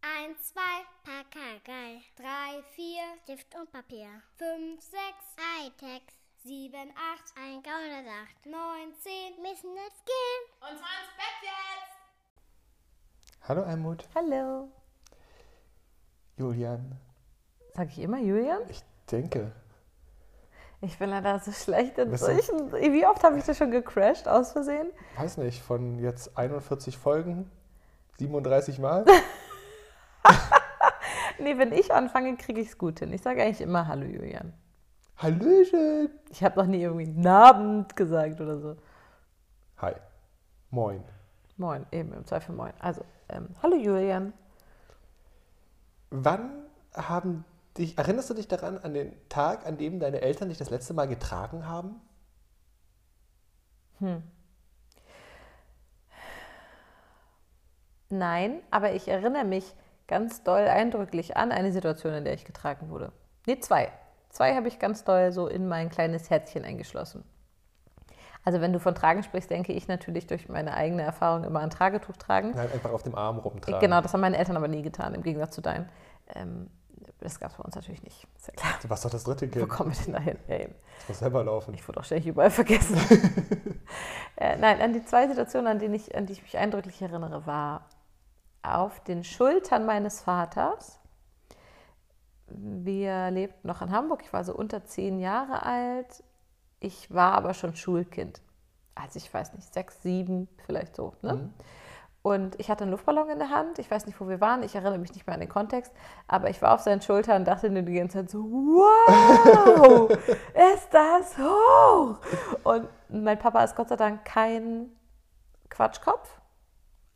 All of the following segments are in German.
1, 2, Pakagei. 3, 4, Stift und Papier. 5, 6, Hightech. 7, 8, Ein Gauderdacht. 9, 10. Müssen jetzt gehen. Und zwar ins Bett jetzt! Hallo Almut, Hallo. Julian. Sag ich immer Julian? Ich denke, Ich bin leider so schlecht in Bist du- solchen. Wie oft habe ich das schon gecrashed aus Versehen? weiß nicht, von jetzt 41 Folgen, 37 Mal. Nee, wenn ich anfange, kriege ich es gut hin. Ich sage eigentlich immer Hallo Julian. Hallöchen. Ich habe noch nie irgendwie einen Abend gesagt oder so. Hi. Moin. Moin, eben im Zweifel Moin. Also, ähm, Hallo Julian. Wann haben dich, erinnerst du dich daran an den Tag, an dem deine Eltern dich das letzte Mal getragen haben? Nein, aber ich erinnere mich ganz doll eindrücklich an eine Situation, in der ich getragen wurde. Nee, zwei. Zwei habe ich ganz doll so in mein kleines Herzchen eingeschlossen. Also wenn du von Tragen sprichst, denke ich natürlich durch meine eigene Erfahrung immer ein Tragetuch tragen. Nein, einfach auf dem Arm rumtragen. Genau, das haben meine Eltern aber nie getan, im Gegensatz zu deinen. Ähm, das gab es bei uns natürlich nicht. Ist ja klar. Du warst doch das dritte Wo Kind. kommen wir denn dahin? Ja, eben. Das muss selber laufen. Ich wurde auch ständig überall vergessen. äh, nein, an die zwei Situationen, an, denen ich, an die ich mich eindrücklich erinnere, war auf den Schultern meines Vaters. Wir lebten noch in Hamburg. Ich war so unter zehn Jahre alt. Ich war aber schon Schulkind. Also ich weiß nicht, sechs, sieben, vielleicht so. Ne? Und ich hatte einen Luftballon in der Hand. Ich weiß nicht, wo wir waren. Ich erinnere mich nicht mehr an den Kontext. Aber ich war auf seinen Schultern und dachte nur die ganze Zeit so, wow, ist das hoch? Und mein Papa ist Gott sei Dank kein Quatschkopf.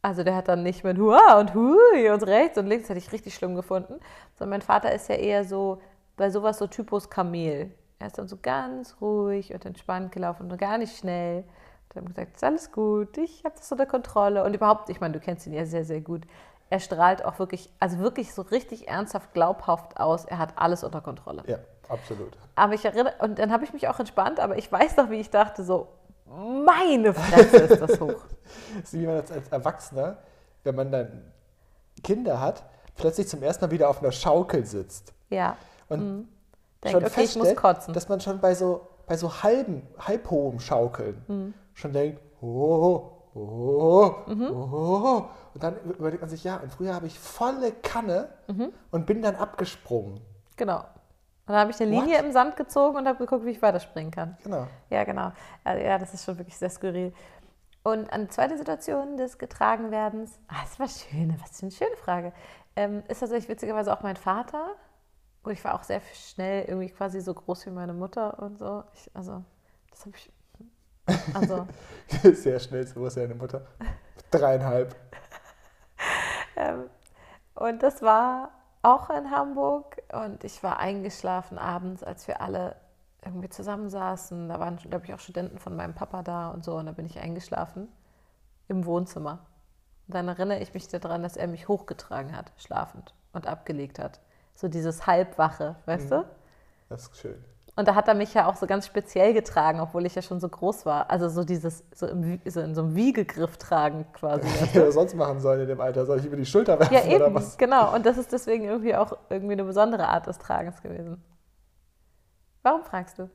Also der hat dann nicht mit Hua und Hui und rechts und links, das hätte ich richtig schlimm gefunden. Sondern mein Vater ist ja eher so bei sowas so Typus Kamel. Er ist dann so ganz ruhig und entspannt gelaufen und gar nicht schnell. Und haben gesagt, ist alles gut, ich habe das unter Kontrolle. Und überhaupt, ich meine, du kennst ihn ja sehr, sehr gut. Er strahlt auch wirklich, also wirklich so richtig ernsthaft glaubhaft aus. Er hat alles unter Kontrolle. Ja, absolut. Aber ich erinnere, und dann habe ich mich auch entspannt, aber ich weiß noch, wie ich dachte, so, meine Fresse ist das hoch. Das ist wie man als, als Erwachsener, wenn man dann Kinder hat, plötzlich zum ersten Mal wieder auf einer Schaukel sitzt. Ja. Und Denk, schon okay, ich feststellt, muss kotzen. dass man schon bei so, bei so halben, halb hohem Schaukeln Mhm. schon denkt, oh, oh, oh. Und dann überlegt man sich, ja, und früher habe ich volle Kanne Mhm. und bin dann abgesprungen. Genau. Und dann habe ich eine Linie What? im Sand gezogen und habe geguckt, wie ich weiterspringen kann. Genau. Ja, genau. Also, ja, das ist schon wirklich sehr skurril. Und eine zweite Situation des Getragenwerdens, ah, das war schön, was für eine schöne Frage, ähm, ist tatsächlich witzigerweise auch mein Vater. Gut, ich war auch sehr schnell irgendwie quasi so groß wie meine Mutter und so. Ich, also, das habe ich. Also, Sehr schnell, so ist ja eine Mutter. Dreieinhalb. Ähm, und das war auch in Hamburg und ich war eingeschlafen abends, als wir alle irgendwie zusammensaßen. Da waren, glaube ich, auch Studenten von meinem Papa da und so und da bin ich eingeschlafen im Wohnzimmer. Und dann erinnere ich mich daran, dass er mich hochgetragen hat, schlafend und abgelegt hat. So dieses Halbwache, weißt du? Das ist schön. Und da hat er mich ja auch so ganz speziell getragen, obwohl ich ja schon so groß war. Also so dieses, so, im, Wie- so in so einem Wiegegriff tragen quasi. Was hätte er sonst machen sollen in dem Alter? Soll ich über die Schulter werfen Ja, eben, oder was? genau. Und das ist deswegen irgendwie auch irgendwie eine besondere Art des Tragens gewesen. Warum fragst du?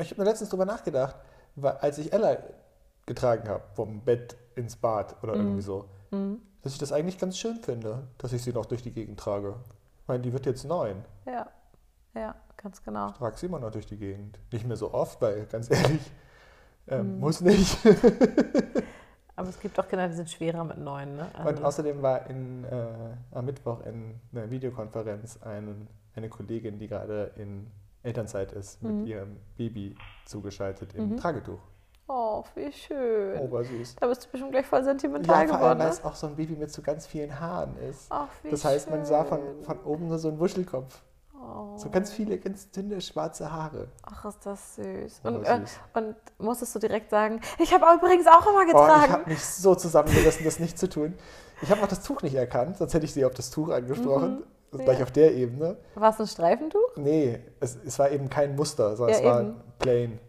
Ich habe mir letztens drüber nachgedacht, weil, als ich Ella getragen habe, vom Bett ins Bad oder irgendwie so, dass ich das eigentlich ganz schön finde, dass ich sie noch durch die Gegend trage. Ich meine, die wird jetzt neun. Ja, ja, ganz genau. Ich trage sie immer noch durch die Gegend. Nicht mehr so oft, weil ganz ehrlich, ähm, muss nicht. Aber es gibt auch Kinder, die sind schwerer mit neun, ne? Also, Und außerdem war in, äh, am Mittwoch in einer Videokonferenz ein, eine Kollegin, die gerade in Elternzeit ist, mit ihrem Baby zugeschaltet im Tragetuch. oh, wie schön. Oh, war süß. Da bist du bestimmt gleich voll sentimental Ja, vor allem, geworden. weil Ne? es auch so ein Baby mit so ganz vielen Haaren ist. Ach, wie das heißt, man sah von, schön. von oben nur so einen Wuschelkopf. Oh, So ganz viele, ganz dünne, schwarze Haare. ach, ist das süß. Oh, süß. Und, Äh, und musstest du direkt sagen, ich habe übrigens auch immer Oh, ich getragen. habe mich so zusammengerissen, das nicht zu tun. Ich habe auch das Tuch nicht erkannt, sonst hätte ich sie auf das Tuch angesprochen. Mhm. Also Gleich auf der Ebene. War es ein Streifentuch? Nee, es, es war eben kein Muster, sondern Ja, es war eben. plain.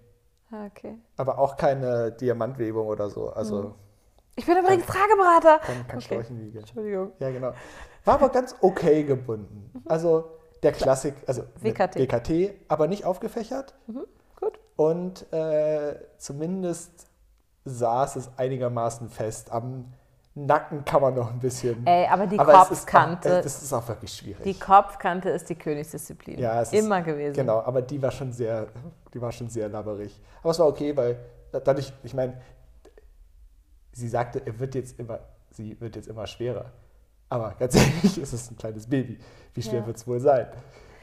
Ah, Okay. Aber auch keine Diamantwebung oder so. Also Ich bin übrigens Trageberater. Kein, kein Mhm. Okay. Schläuchenwiege. Entschuldigung. Ja, genau. War aber ganz okay gebunden. Mhm. Also der Klassik, also mit WKT. WKT, aber nicht aufgefächert. Mhm, Gut. Und äh, zumindest saß es einigermaßen fest. Am Nacken kann man noch ein bisschen. Ey, aber die es ist Kopfkante- Auch, äh, das ist auch wirklich schwierig. Die Kopfkante ist die Königsdisziplin. ja, es Immer ist, gewesen. Genau, aber die war schon sehr, die war schon sehr labberig. Aber es war okay, weil dadurch, ich meine, sie sagte, er wird jetzt immer, sie wird jetzt immer schwerer. Aber ganz ehrlich, es ist ein kleines Baby. Wie schwer Ja. wird es wohl sein?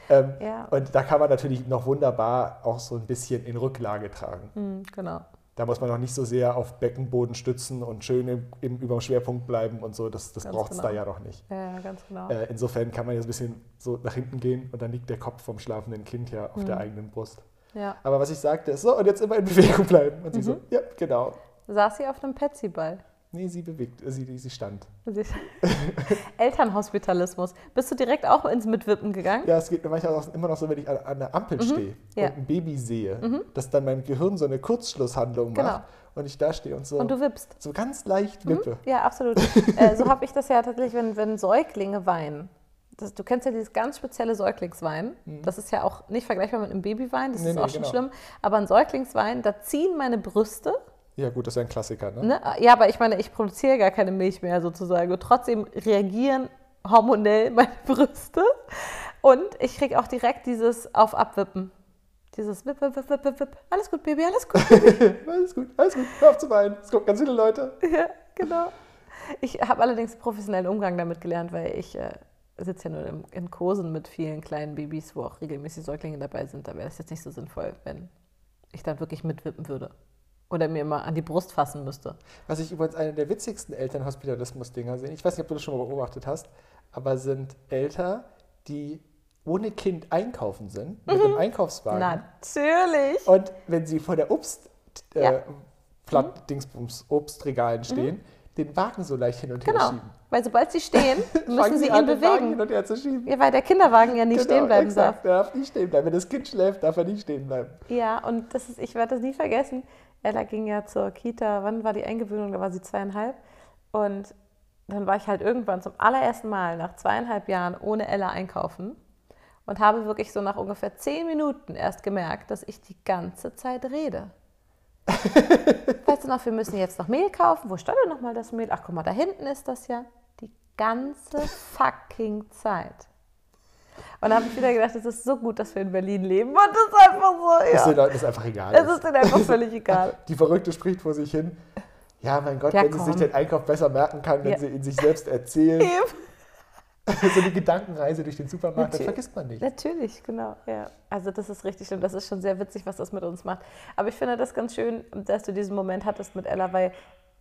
Ähm, Ja. Und da kann man natürlich noch wunderbar auch so ein bisschen in Rücklage tragen. Hm, genau. Da muss man noch nicht so sehr auf Beckenboden stützen und schön im, im, über dem Schwerpunkt bleiben und so. Das, das Ganz braucht es da genau. ja noch nicht. Ja, ja, ganz genau. Äh, insofern kann man jetzt ein bisschen so nach hinten gehen und dann liegt der Kopf vom schlafenden Kind ja auf der Mhm. eigenen Brust. Ja. Aber was ich sagte, ist so, und jetzt immer in Bewegung bleiben. Und sie Mhm. so, ja, genau. Saß sie auf einem Petsy-Ball. Nee, sie bewegt, äh, sie, sie stand. Sie- Elternhospitalismus. Bist du direkt auch ins Mitwippen gegangen? Ja, es geht mir manchmal auch immer noch so, wenn ich an, an der Ampel stehe Mhm. ja. Mhm. und ein Baby sehe, dass dann mein Gehirn so eine Kurzschlusshandlung Genau. macht und ich da stehe und so, Und du Mhm. wippst. so ganz leicht wippe. Ja, absolut. äh, so habe ich das ja tatsächlich, wenn, wenn Säuglinge weinen. Das, du kennst ja dieses ganz spezielle Säuglingswein. Das ist ja auch nicht vergleichbar mit einem Babywein, das Mhm. Nee, ist nee, auch schon genau. schlimm. Aber ein Säuglingswein, da ziehen meine Brüste. Ja, gut, das ist ja ein Klassiker, ne? Ne? Ja, aber ich meine, ich produziere gar keine Milch mehr sozusagen. Und trotzdem reagieren hormonell meine Brüste. Und ich kriege auch direkt dieses auf Abwippen. Dieses Wip, Wip, Wip, Wip, Wip, Wip. Alles gut, Baby, alles gut. Alles gut, alles gut, hör auf zu weinen. Es kommen ganz viele Leute. ja, genau. Ich habe allerdings professionellen Umgang damit gelernt, weil ich äh, sitze ja nur in, in Kursen mit vielen kleinen Babys, wo auch regelmäßig Säuglinge dabei sind. Da wäre es jetzt nicht so sinnvoll, wenn ich dann wirklich mitwippen würde. Oder mir immer an die Brust fassen müsste. Was ich übrigens eine der witzigsten Elternhospitalismus-Dinger sehe, ich weiß nicht, ob du das schon mal beobachtet hast, aber sind Eltern, die ohne Kind einkaufen sind, Mhm. mit einem Einkaufswagen. Natürlich. Und wenn sie vor der Obst, äh, Ja. Mhm. Platt, Dingsbums, Obstregalen stehen, den Wagen so leicht hin und her Genau, schieben. weil sobald sie stehen, müssen Fangen sie ihn an, den Wagen hin bewegen. und her zu schieben. Ja, weil der Kinderwagen ja nicht Genau, stehen bleiben exakt. Der darf nicht stehen bleiben. Wenn das Kind schläft, darf er nicht stehen bleiben. darf. Ja, und das ist, ich werde das nie vergessen. Ella ging ja zur Kita, wann war die Eingewöhnung? Da war sie zweieinhalb. Und dann war ich halt irgendwann zum allerersten Mal nach zweieinhalb Jahren ohne Ella einkaufen und habe wirklich so nach ungefähr zehn Minuten erst gemerkt, dass ich die ganze Zeit rede. weißt du noch, wir müssen jetzt noch Mehl kaufen. Wo stand denn nochmal das Mehl? Ach, guck mal, da hinten ist das ja. Die ganze fucking Zeit. Und da habe ich wieder gedacht, es ist so gut, dass wir in Berlin leben. Und das ist einfach so, Ist den ja. Leuten das einfach egal. Es ist denen einfach völlig egal. Die Verrückte spricht vor sich hin. Ja, mein Gott, Ja, wenn sie sich komm. den Einkauf besser merken kann, wenn Ja. sie ihn sich selbst erzählen. Eben. so die Gedankenreise durch den Supermarkt, das Natürlich. vergisst man nicht. Natürlich, genau. Ja. Also das ist richtig schlimm. Das ist schon sehr witzig, was das mit uns macht. Aber ich finde das ganz schön, dass du diesen Moment hattest mit Ella, weil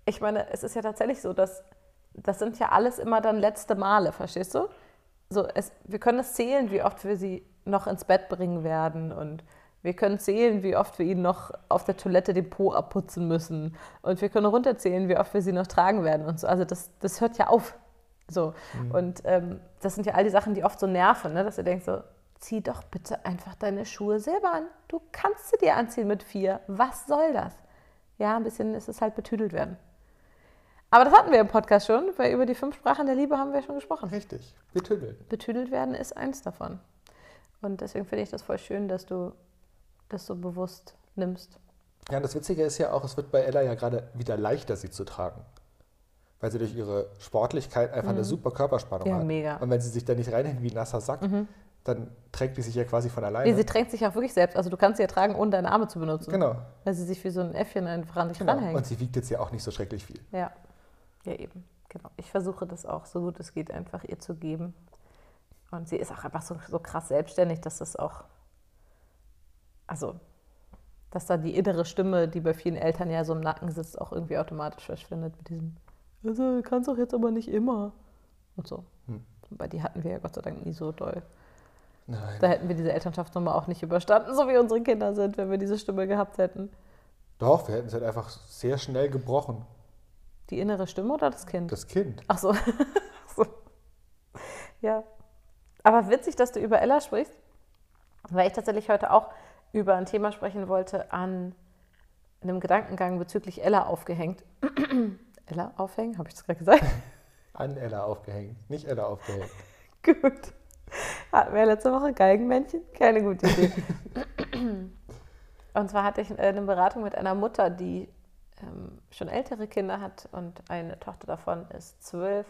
ich meine, es ist ja tatsächlich so, dass das sind ja alles immer dann letzte Male, verstehst du? So, es, wir können es zählen, wie oft wir sie noch ins Bett bringen werden und wir können zählen, wie oft wir ihnen noch auf der Toilette den Po abputzen müssen und wir können runterzählen, wie oft wir sie noch tragen werden und so. Also das, das hört ja auf. So. Mhm. Und ähm, das sind ja all die Sachen, die oft so nerven, ne? dass du denkst so, zieh doch bitte einfach deine Schuhe selber an. Du kannst sie dir anziehen mit vier. Was soll das? Ja, ein bisschen ist es halt betüdelt werden. Aber das hatten wir im Podcast schon, weil über die fünf Sprachen der Liebe haben wir schon gesprochen. Richtig, wir tüdeln. Betüdelt werden ist eins davon. Und deswegen finde ich das voll schön, dass du das so bewusst nimmst. Ja, und das Witzige ist ja auch, es wird bei Ella ja gerade wieder leichter, sie zu tragen. Weil sie durch ihre Sportlichkeit einfach eine super Körperspannung Mhm. Ja, hat. mega. Mhm. Und wenn sie sich da nicht reinhängt wie ein nasser Sack, dann trägt die sich ja quasi von alleine. Nee, sie drängt sich auch wirklich selbst. Also du kannst sie ja tragen, ohne deine Arme zu benutzen. genau, Weil sie sich wie so ein Äffchen einfach an dich genau. ranhängt. Und sie wiegt jetzt ja auch nicht so schrecklich viel. Ja, ja eben, genau. Ich versuche das auch so gut es geht einfach ihr zu geben. Und sie ist auch einfach so, so krass selbstständig, dass das auch, also, dass da die innere Stimme, die bei vielen Eltern ja so im Nacken sitzt, auch irgendwie automatisch verschwindet mit diesem, also du kannst doch jetzt aber nicht immer und so. Weil die hatten wir ja Gott sei Dank nie so doll. Nein. Da hätten wir diese Elternschaftsnummer auch nicht überstanden, so wie unsere Kinder sind, wenn wir diese Stimme gehabt hätten. Doch, wir hätten es halt einfach sehr schnell gebrochen. Die innere Stimme oder das Kind? Das Kind. Ach so. Ach so. Ja. Aber witzig, dass du über Ella sprichst, weil ich tatsächlich heute auch über ein Thema sprechen wollte an einem Gedankengang bezüglich Ella aufgehängt. Ella aufhängen, habe ich das gerade gesagt? An Ella aufgehängt, nicht Ella aufgehängt. Gut. Hatten wir ja letzte Woche Geigenmännchen? Keine gute Idee. und zwar hatte ich äh, eine Beratung mit einer Mutter, die ähm, schon ältere Kinder hat und eine Tochter davon ist zwölf.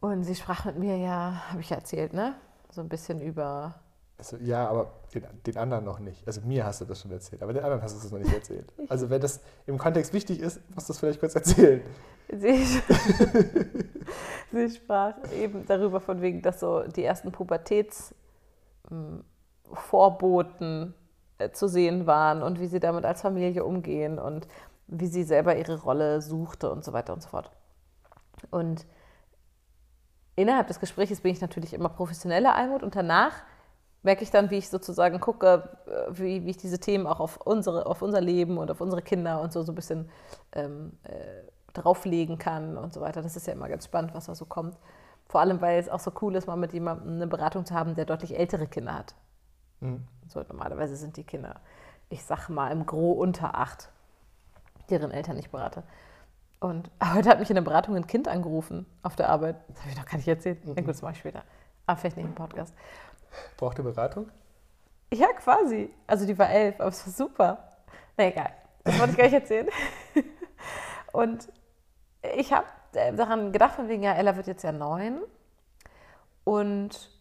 Und sie sprach mit mir ja, habe ich ja erzählt, ne? So ein bisschen über Also, ja, aber den, den anderen noch nicht. Also mir hast du das schon erzählt, aber den anderen hast du das noch nicht erzählt. Also wenn das im Kontext wichtig ist, musst du es vielleicht kurz erzählen. Sie, sie sprach eben darüber, von wegen, dass so die ersten Pubertätsvorboten äh, zu sehen waren und wie sie damit als Familie umgehen und wie sie selber ihre Rolle suchte und so weiter und so fort. Und innerhalb des Gesprächs bin ich natürlich immer professionelle Almut und danach merke ich dann, wie ich sozusagen gucke, äh, wie, wie ich diese Themen auch auf, unsere, auf unser Leben und auf unsere Kinder und so, so ein bisschen ähm, äh, drauflegen kann und so weiter. Das ist ja immer ganz spannend, was da so kommt. Vor allem, weil es auch so cool ist, mal mit jemandem eine Beratung zu haben, der deutlich ältere Kinder hat. So, normalerweise sind die Kinder, ich sag mal, im Gro unter acht, deren Eltern ich berate. Und heute hat mich in der Beratung ein Kind angerufen auf der Arbeit. Das habe ich noch gar nicht erzählt. Na gut, das mache ich später. Aber vielleicht nicht im Podcast. Braucht ihr Beratung? Ja, quasi. Also die war elf, aber es war super. Na egal, das wollte ich gar nicht erzählen. Und ich habe daran gedacht, von wegen, ja, Ella wird jetzt ja neun. Und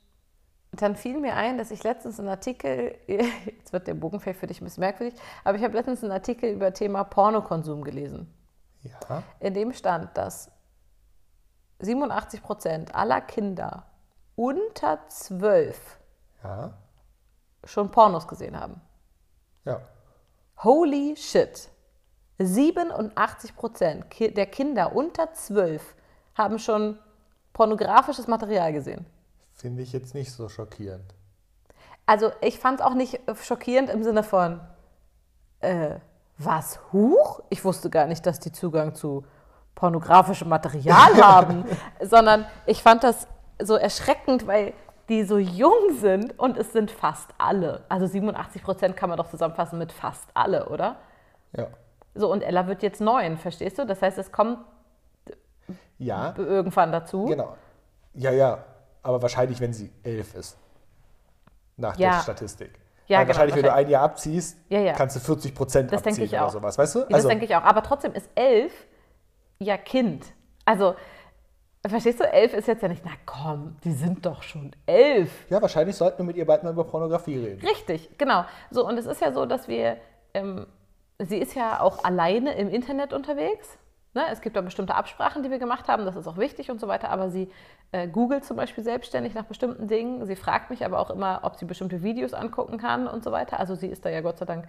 dann fiel mir ein, dass ich letztens einen Artikel, jetzt wird der Bogen vielleicht für dich ein bisschen merkwürdig, aber ich habe letztens einen Artikel über Thema Pornokonsum gelesen Ja. in dem stand, dass 87 Prozent aller Kinder unter 12 Ja. schon Pornos gesehen haben. Ja. Holy shit! 87 Prozent der Kinder unter 12 haben schon pornografisches Material gesehen. Finde ich jetzt nicht so schockierend. Also ich fand es auch nicht schockierend im Sinne von, äh, was, Huch? Ich wusste gar nicht, dass die Zugang zu pornografischem Material haben, sondern ich fand das so erschreckend, weil die so jung sind und es sind fast alle. Also 87 Prozent kann man doch zusammenfassen mit fast alle, oder? Ja. So, und Ella wird jetzt neun, verstehst du? Das heißt, es kommt Ja, irgendwann dazu. genau. Ja, ja. Aber wahrscheinlich, wenn sie elf ist. Nach Ja. der Statistik. Ja, Weil genau, wahrscheinlich, wenn du wahrscheinlich. ein Jahr abziehst, Ja, ja. kannst du 40 Prozent Das denke abziehen ich oder auch. sowas, weißt du? Also, Ja, das denke ich auch. Aber trotzdem ist elf ja Kind. Also, verstehst du, elf ist jetzt ja nicht, na komm, die sind doch schon elf. ja, wahrscheinlich sollten wir mit ihr bald mal über Pornografie reden. Richtig, genau. So, und es ist ja so, dass wir, ähm, sie ist ja auch alleine im Internet unterwegs. Ne? Es gibt da bestimmte Absprachen, die wir gemacht haben, das ist auch wichtig und so weiter, aber sie äh, googelt zum Beispiel selbstständig nach bestimmten Dingen. Sie fragt mich aber auch immer, ob sie bestimmte Videos angucken kann und so weiter. Also sie ist da ja Gott sei Dank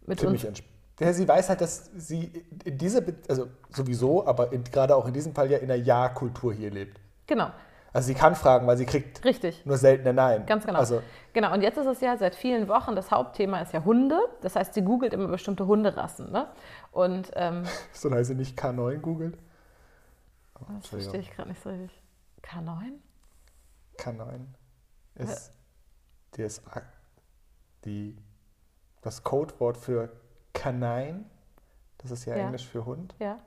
mit uns Ziemlich entspannt. Ja, sie weiß halt, dass sie in dieser, Be also sowieso, aber in, gerade auch in diesem Fall ja in der Ja-Kultur hier lebt. Genau, Also sie kann fragen, weil sie kriegt richtig. nur selten ein Nein. Ganz genau. Also, genau, und jetzt ist es ja seit vielen Wochen, das Hauptthema ist ja Hunde. Das heißt, sie googelt immer bestimmte Hunderassen. Ne? Und ähm, solange sie nicht K9 googelt. Oh, das Entschuldigung. verstehe ich gerade nicht so richtig. K9? K9 ist das, die, das Codewort für Kanein. Das ist ja, Ja. Englisch für Hund. Ja.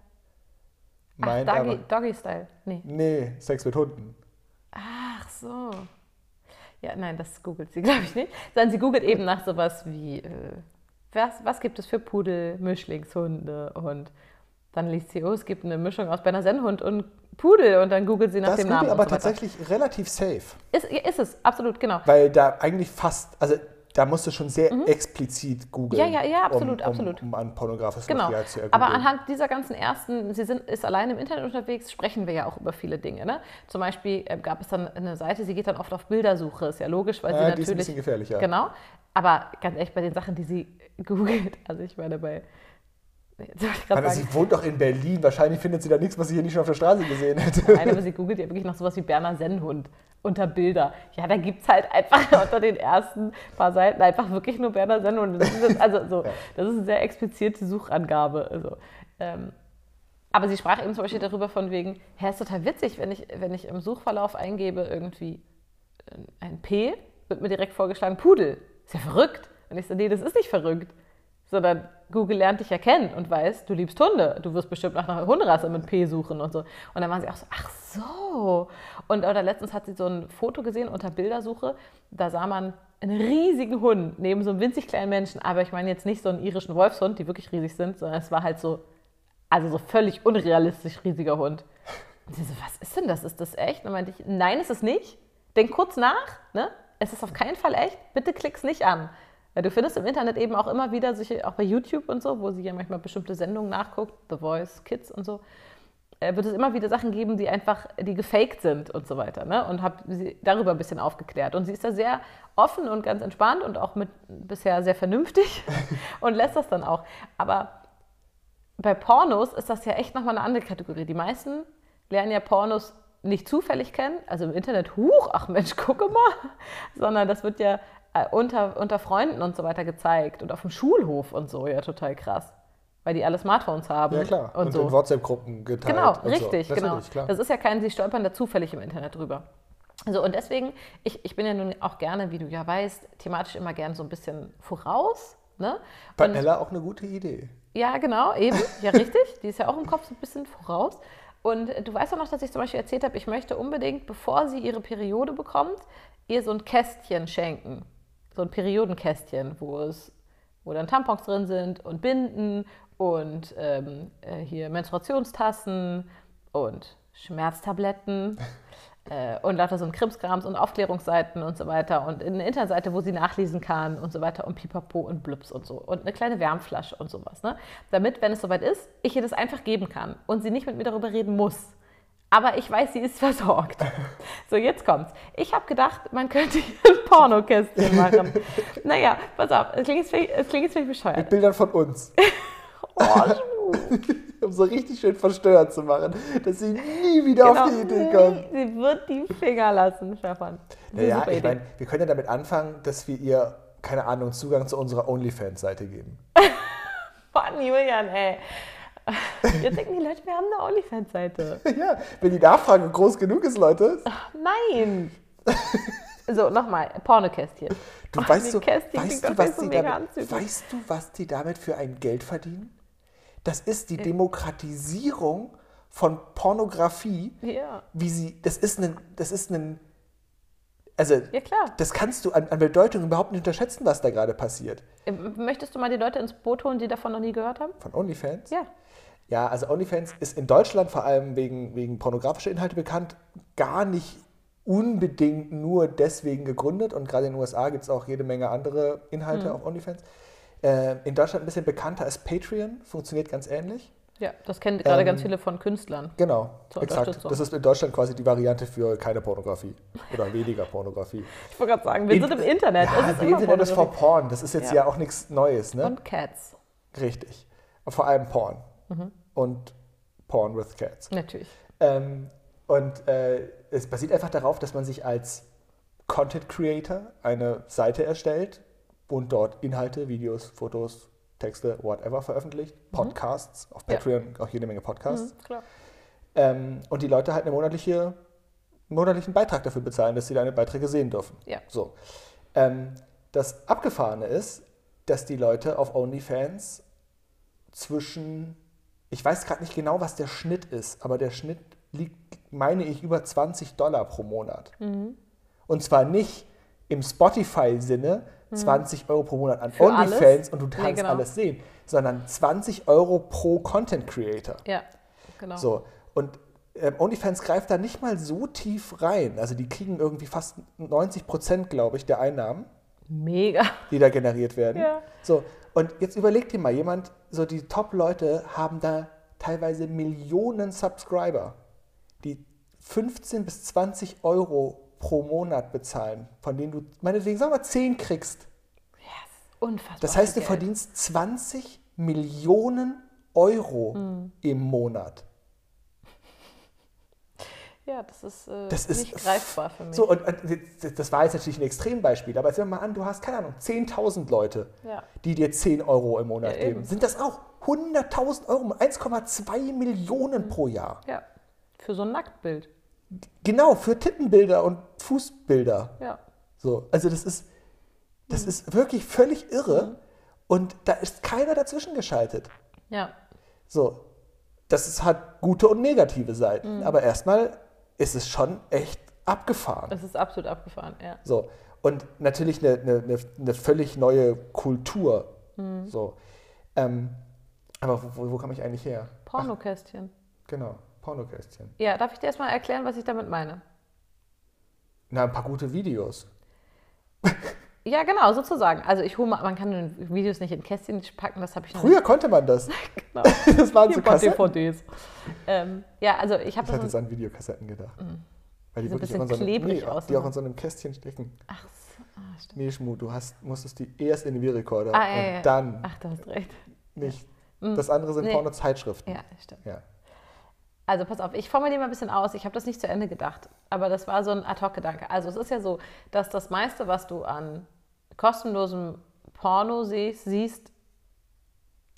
Ach, Meint Doggy, aber. Doggy Style. Nee. Nee, Sex mit Hunden. Ach so. Ja, nein, das googelt sie, glaube ich, nicht. Sondern sie googelt eben nach sowas wie, äh, was, was gibt es für Pudel, Mischlingshunde und dann liest sie, oh, es gibt eine Mischung aus Berner-Sennhund und Pudel und dann googelt sie nach das dem ist Namen. aber und so weiter. tatsächlich relativ safe, Ist, ist es, absolut, genau. weil da eigentlich fast, also da musst du schon sehr explizit googeln. Mhm. Ja, ja, ja, absolut, um, um, absolut. Um an pornografisches Genau. Material zu Aber ergoogeln. anhand dieser ganzen ersten, sie sind, ist allein im Internet unterwegs, sprechen wir ja auch über viele Dinge. Ne? Zum Beispiel ähm, gab es dann eine Seite, sie geht dann oft auf Bildersuche, ist ja logisch, weil sie Ja, natürlich. die ist ein bisschen gefährlicher. Genau. Aber ganz ehrlich, bei den Sachen, die sie googelt, also ich meine bei. Jetzt wollte ich gerade Aber sagen. sie wohnt doch in Berlin. Wahrscheinlich findet sie da nichts, was sie hier nicht schon auf der Straße gesehen hätte. Nein, aber sie googelt ja wirklich noch sowas wie Berner Sennhund unter Bilder. Ja, da gibt es halt einfach unter den ersten paar Seiten einfach wirklich nur Berner Sennhund. Das ist jetzt, also so, das ist eine sehr explizite Suchangabe. Also, ähm, aber sie sprach eben zum Beispiel darüber von wegen, hä, ist total witzig, wenn ich, wenn ich im Suchverlauf eingebe irgendwie äh, ein P, wird mir direkt vorgeschlagen Pudel. Ist ja verrückt. Und ich so, nee, das ist nicht verrückt. sondern Google lernt dich ja kennen und weiß, du liebst Hunde. Du wirst bestimmt nach einer Hunderasse mit P suchen und so. Und dann waren sie auch so, ach so. Und oder letztens hat sie so ein Foto gesehen unter Bildersuche. Da sah man einen riesigen Hund neben so einem winzig kleinen Menschen. Aber ich meine jetzt nicht so einen irischen Wolfshund, die wirklich riesig sind, sondern es war halt so, also so völlig unrealistisch riesiger Hund. Und sie so, was ist denn das? Ist das echt? Und meinte ich, nein, ist es nicht. Denk kurz nach, ne? Es ist auf keinen Fall echt. Bitte klick's nicht an. Weil du findest im Internet eben auch immer wieder solche, auch bei YouTube und so, wo sie ja manchmal bestimmte Sendungen nachguckt, The Voice, Kids und so, äh, wird es immer wieder Sachen geben, die einfach, die gefaked sind und so weiter. Ne? Und habe sie darüber ein bisschen aufgeklärt. Und sie ist da sehr offen und ganz entspannt und auch mit bisher sehr vernünftig und lässt das dann auch. Aber bei Pornos ist das ja echt nochmal eine andere Kategorie. Die meisten lernen ja Pornos nicht zufällig kennen, also im Internet, huch, ach Mensch, gucke mal, sondern das wird ja äh, unter, unter Freunden und so weiter gezeigt und auf dem Schulhof und so, ja, total krass, weil die alle Smartphones haben. Ja, klar. Hm. Und, so. in WhatsApp-Gruppen geteilt. Genau, und richtig, so. genau. Natürlich, klar. Das ist ja kein, sie stolpern da zufällig im Internet drüber. So, und deswegen, ich, ich bin ja nun auch gerne, wie du ja weißt, thematisch immer gerne so ein bisschen voraus. Ne? Bei Und- Ella auch eine gute Idee. ja, genau, eben. Ja, richtig. Die ist ja auch im Kopf so ein bisschen voraus. Und äh, du weißt auch noch, dass ich zum Beispiel erzählt habe, ich möchte unbedingt, bevor sie ihre Periode bekommt, ihr so ein Kästchen schenken. So ein Periodenkästchen, wo es, wo dann Tampons drin sind und Binden und ähm, äh, hier Menstruationstassen und Schmerztabletten äh, und lauter so ein Krimskrams und Aufklärungsseiten und so weiter und eine Internetseite, wo sie nachlesen kann und so weiter und Pipapo und Blüps und so und eine kleine Wärmflasche und sowas. Ne? Damit, wenn es soweit ist, ich ihr das einfach geben kann und sie nicht mit mir darüber reden muss. Aber ich weiß, sie ist versorgt. So, jetzt kommt's. Ich habe gedacht, man könnte hier ein Pornokästchen machen. Naja, pass auf, es klingt jetzt vielleicht, es klingt jetzt vielleicht bescheuert. Bildern von uns. Äh, Oh, Um so richtig schön verstört zu machen, dass sie nie wieder Genau. auf die Idee kommt. Sie wird die Finger lassen, Stefan. Das ist eine Ja, super ich Idee. meine, wir können ja damit anfangen, dass wir ihr, keine Ahnung, Zugang zu unserer OnlyFans-Seite geben. Mann, Julian, ey. Jetzt denken die Leute, wir haben eine OnlyFans-Seite. ja, wenn die Nachfrage groß genug ist, Leute. Nein! So, nochmal, Pornokästchen. Du Oh, weißt, die so, Kästchen weißt, klingt du, doch was echt so die mega damit, anzüglich. weißt du, was die damit für ein Geld verdienen? Das ist die Demokratisierung von Pornografie, Ja. wie sie, das ist ein, das ist ein, also Ja, klar. das kannst du an, an Bedeutung überhaupt nicht unterschätzen, was da gerade passiert. Ähm, Möchtest du mal die Leute ins Boot holen, die davon noch nie gehört haben? Von OnlyFans? Ja. Ja, also OnlyFans ist in Deutschland vor allem wegen, wegen pornografischer Inhalte bekannt, gar nicht unbedingt nur deswegen gegründet und gerade in den USA gibt es auch jede Menge andere Inhalte Mhm. auf OnlyFans. Äh, in Deutschland ein bisschen bekannter ist Patreon, funktioniert ganz ähnlich. Ja, das kennen gerade Ähm, ganz viele von Künstlern. Genau, Zur exakt. Unterstützung. Das ist in Deutschland quasi die Variante für keine Pornografie oder weniger Pornografie. Ich wollte gerade sagen, wir in- sind im Internet. Ja, es also ist immer Internet ist for Pornografie. Porn, das ist jetzt Ja. ja, auch nichts Neues, ne? Und Cats, Richtig. Vor allem Porn. Mhm. Und Porn with Cats. natürlich. Ähm, und äh, es basiert einfach darauf, dass man sich als Content Creator eine Seite erstellt und dort Inhalte, Videos, Fotos, Texte, whatever veröffentlicht, Podcasts, auf Ja. Patreon auch jede Menge Podcasts. Mhm, Klar. Ähm, und die Leute halt eine monatliche, einen monatlichen Beitrag dafür bezahlen, dass sie deine Beiträge sehen dürfen. Ja. So. Ähm, das Abgefahrene ist, dass die Leute auf OnlyFans zwischen, ich weiß gerade nicht genau, was der Schnitt ist, aber der Schnitt liegt, meine ich, über 20 Dollar pro Monat. Mhm. Und zwar nicht im Spotify-Sinne 20 Euro pro Monat an Mhm. Für OnlyFans alles? und du Nee, kannst genau. alles sehen, sondern 20 Euro pro Content Creator. Ja, genau. So, und ähm, OnlyFans greift da nicht mal so tief rein. Also die kriegen irgendwie fast 90 Prozent, glaube ich, der Einnahmen, Mega. die da generiert werden. Ja. So, und jetzt überleg dir mal, jemand, so die Top-Leute haben da teilweise Millionen Subscriber, die 15 bis 20 Euro pro Monat bezahlen, von denen du meinetwegen, sag mal, 10 kriegst. Unfassbar. Das heißt, du viel Oh, Geld. verdienst 20 Millionen Euro Mhm. im Monat. Ja, das ist, äh, Das ist nicht greifbar für mich. So, und, und das war jetzt natürlich ein Extrembeispiel, aber jetzt nehmen wir mal an, du hast, keine Ahnung, 10.000 Leute, Ja. die dir 10 Euro im Monat Ja, eben. geben. Sind das auch 100.000 Euro, 1,2 Millionen pro Jahr. Ja, für so ein Nacktbild. Genau, für Tittenbilder und Fußbilder. Ja. Mhm. So, also das ist, das ist wirklich völlig irre. Und da ist keiner dazwischen geschaltet. Ja. So, das ist, hat gute und negative Mhm. Seiten. Aber erstmal ist es schon echt abgefahren. Das ist absolut abgefahren, ja. So. Und natürlich eine, eine, eine, eine völlig neue Kultur. Mhm. So. Ähm, aber wo- wo, wo komme ich eigentlich her? Pornokästchen. Genau, Pornokästchen. Ja, darf ich dir erstmal erklären, was ich damit meine? Na, ein paar gute Videos. Ja, genau, sozusagen. Also ich hole mal, man kann den Videos nicht in Kästchen packen, das habe ich noch Früher konnte man das. nicht. Genau. Das waren so Hier ein paar Kassetten. DVDs. Ähm, ja, also ich habe Ich hatte das. jetzt an Videokassetten gedacht. Weil Die so Mhm. ein auch bisschen in so einem, klebrig ne? die auch aussahen. in so einem Kästchen stecken. ach, so, ah, stimmt. Nee, Schmu, du hast, musstest die erst in den Videorekorder Ah, und ja, ja. dann Ach, du hast recht. nicht. Das andere sind Nee. Porno-Zeitschriften. Ja, stimmt. Ja. Also pass auf, ich formuliere mal ein bisschen aus. Ich habe das nicht zu Ende gedacht, aber das war so ein Ad-Hoc-Gedanke. Also es ist ja so, dass das meiste, was du an kostenlosem Porno siehst, siehst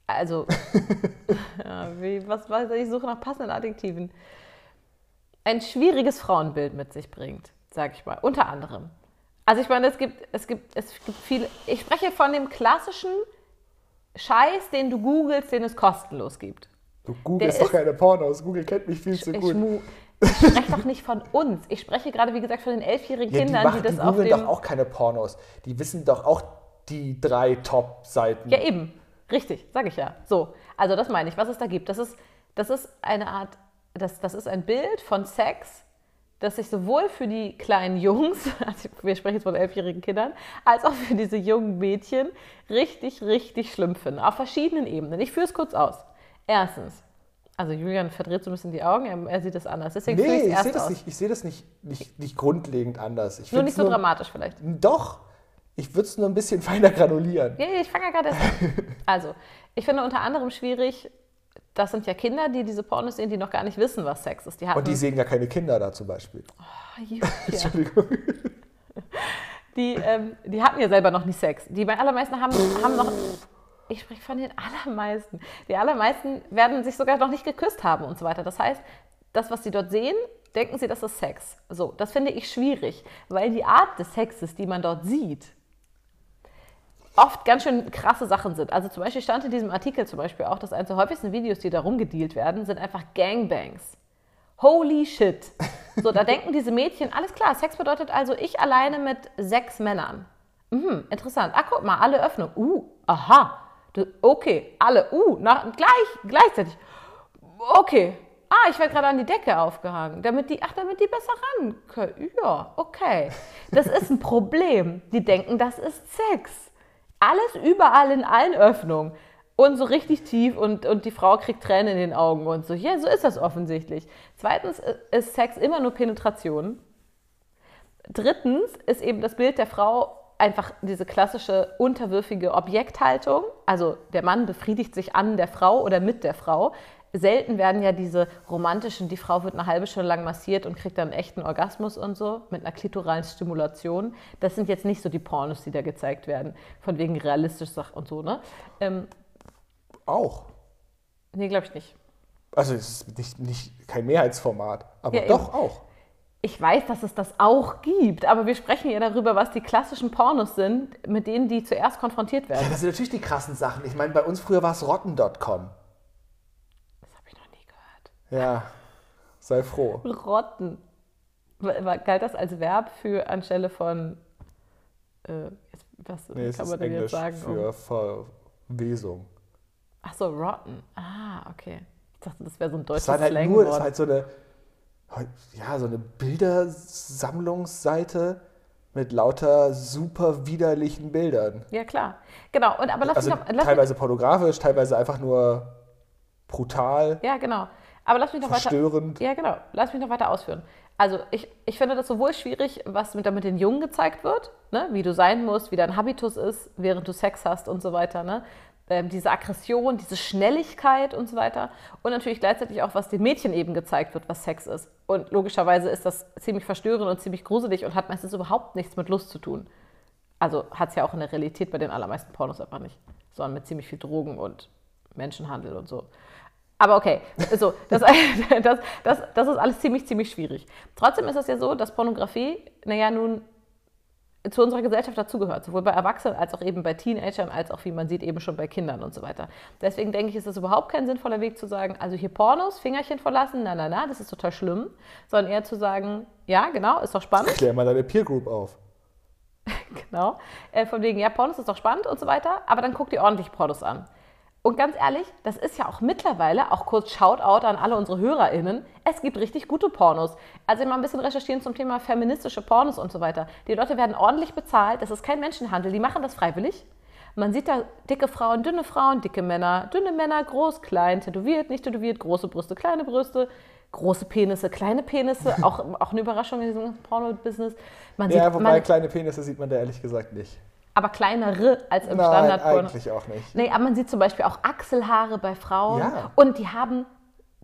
also, ja, wie, was weiß ich, ich suche nach passenden Adjektiven. Ein schwieriges Frauenbild mit sich bringt, sag ich mal, unter anderem. Also ich meine, es gibt, es gibt, es gibt viele, ich spreche von dem klassischen Scheiß, den du googelst, den es kostenlos gibt. Du googelst Der doch keine Pornos. Google kennt mich viel zu Ich, gut. schmu- ich spreche doch nicht von uns. Ich spreche gerade, wie gesagt, von den elfjährigen Ja, die, Kindern, die, machen, die, das auf googeln dem. doch auch keine Pornos. Die wissen doch auch die drei Top-Seiten. ja, eben. Richtig, sage ich ja. So, also das meine ich, was es da gibt. Das ist, das ist eine Art, das, das ist ein Bild von Sex, das sich sowohl für die kleinen Jungs, also wir sprechen jetzt von elfjährigen Kindern, als auch für diese jungen Mädchen richtig, richtig schlimm finden. Auf verschiedenen Ebenen. Ich führe es kurz aus. Erstens, also Julian verdreht so ein bisschen die Augen, er, er sieht es anders. Deswegen führe ich nee, es ich erst sehe das, aus. nicht, ich seh das nicht, nicht, nicht grundlegend anders. Ich Nur find's nicht so dramatisch vielleicht. Doch, ich würde es nur ein bisschen feiner granulieren. Ja, ja, ich fange ja gerade erst an. Also, ich finde unter anderem schwierig, das sind ja Kinder, die diese Pornos sehen, die noch gar nicht wissen, was Sex ist. Die hatten, Und die sehen gar keine Kinder da zum Beispiel. Oh, Julia. Entschuldigung. die, ähm, die hatten ja selber noch nie Sex. Die bei allermeisten haben, haben noch. Ich spreche von den allermeisten. Die allermeisten werden sich sogar noch nicht geküsst haben und so weiter. Das heißt, das, was sie dort sehen, denken sie, das ist Sex. So, das finde ich schwierig, weil die Art des Sexes, die man dort sieht, oft ganz schön krasse Sachen sind. Also zum Beispiel stand in diesem Artikel zum Beispiel auch, dass eines der häufigsten Videos, die da rumgedealt werden, sind einfach Gangbangs. Holy shit. So, da denken diese Mädchen, alles klar, Sex bedeutet also ich alleine mit sechs Männern. Mhm, interessant. Ah, guck mal, alle Öffnung. Uh, aha. Du, okay, alle. Uh, na, gleich, gleichzeitig. Okay. Ah, ich werde gerade an die Decke aufgehangen, damit die, ach, damit die besser ran können. Ja, okay. Das ist ein Problem. Die denken, das ist Sex. Alles überall in allen Öffnungen. Und so richtig tief und, und die Frau kriegt Tränen in den Augen und so. Ja, so ist das offensichtlich. Zweitens i- ist Sex immer nur Penetration. Drittens ist eben das Bild der Frau einfach diese klassische unterwürfige Objekthaltung. Also der Mann befriedigt sich an der Frau oder mit der Frau. Selten werden ja diese romantischen, die Frau wird eine halbe Stunde lang massiert und kriegt dann einen echten Orgasmus und so mit einer klitoralen Stimulation. Das sind jetzt nicht so die Pornos, die da gezeigt werden, von wegen realistisch Sach- und so, ne? Ähm, Auch. nee, glaube ich nicht. Also es ist nicht, nicht kein Mehrheitsformat, aber Ja, doch eben. auch. Ich weiß, dass es das auch gibt, aber wir sprechen ja darüber, was die klassischen Pornos sind, mit denen die zuerst konfrontiert werden. Ja, das sind natürlich die krassen Sachen. Ich meine, bei uns früher war es rotten.com. Das habe ich noch nie gehört. Ja, sei froh. Rotten. Wa- wa- Galt das als Verb für anstelle von. Äh, jetzt- was Nee, es kann ist man denn Englisch jetzt sagen? um- für Verwesung. Ach so, rotten. Ah, okay. Ich dachte, das wäre so ein deutsches Es war halt Slang. nur, es war halt so eine, ja, so eine Bildersammlungsseite mit lauter super widerlichen Bildern. ja, klar. Genau. Und, aber lass also mich noch. Lass mich, teilweise pornografisch, teilweise einfach nur brutal, ja, genau. Aber lass mich noch weiter. verstörend. Ja, genau. Lass mich noch weiter ausführen. Also ich, ich finde das sowohl schwierig, was mit, da mit den Jungen gezeigt wird, ne? wie du sein musst, wie dein Habitus ist, während du Sex hast und so weiter. Ne? Ähm, diese Aggression, diese Schnelligkeit und so weiter. Und natürlich gleichzeitig auch, was den Mädchen eben gezeigt wird, was Sex ist. Und logischerweise ist das ziemlich verstörend und ziemlich gruselig und hat meistens überhaupt nichts mit Lust zu tun. Also hat es ja auch in der Realität bei den allermeisten Pornos einfach nicht, sondern mit ziemlich viel Drogen und Menschenhandel und so. Aber okay, so, das, das, das, das ist alles ziemlich, ziemlich schwierig. Trotzdem ist es ja so, dass Pornografie, naja, nun zu unserer Gesellschaft dazugehört, sowohl bei Erwachsenen als auch eben bei Teenagern, als auch, wie man sieht, eben schon bei Kindern und so weiter. Deswegen denke ich, ist das überhaupt kein sinnvoller Weg zu sagen, also hier Pornos, Fingerchen verlassen, na, na, na, das ist total schlimm, sondern eher zu sagen, ja, genau, ist doch spannend, Klär mal deine Peer Group auf. genau, äh, von wegen, ja, Pornos ist doch spannend und so weiter, aber dann guck dir ordentlich Pornos an. Und ganz ehrlich, das ist ja auch mittlerweile, auch kurz Shoutout an alle unsere HörerInnen, es gibt richtig gute Pornos. Also mal ein bisschen recherchieren zum Thema feministische Pornos und so weiter. Die Leute werden ordentlich bezahlt, das ist kein Menschenhandel, die machen das freiwillig. Man sieht da dicke Frauen, dünne Frauen, dicke Männer, dünne Männer, groß, klein, tätowiert, nicht tätowiert, große Brüste, kleine Brüste, große Penisse, kleine Penisse, auch, auch eine Überraschung in diesem Porno-Business. Man Ja, sieht, wobei man, kleine Penisse sieht man da ehrlich gesagt nicht. aber kleinere als im Nein, Standardporno. eigentlich auch nicht. Nee, aber man sieht zum Beispiel auch Achselhaare bei Frauen. Ja. Und die haben,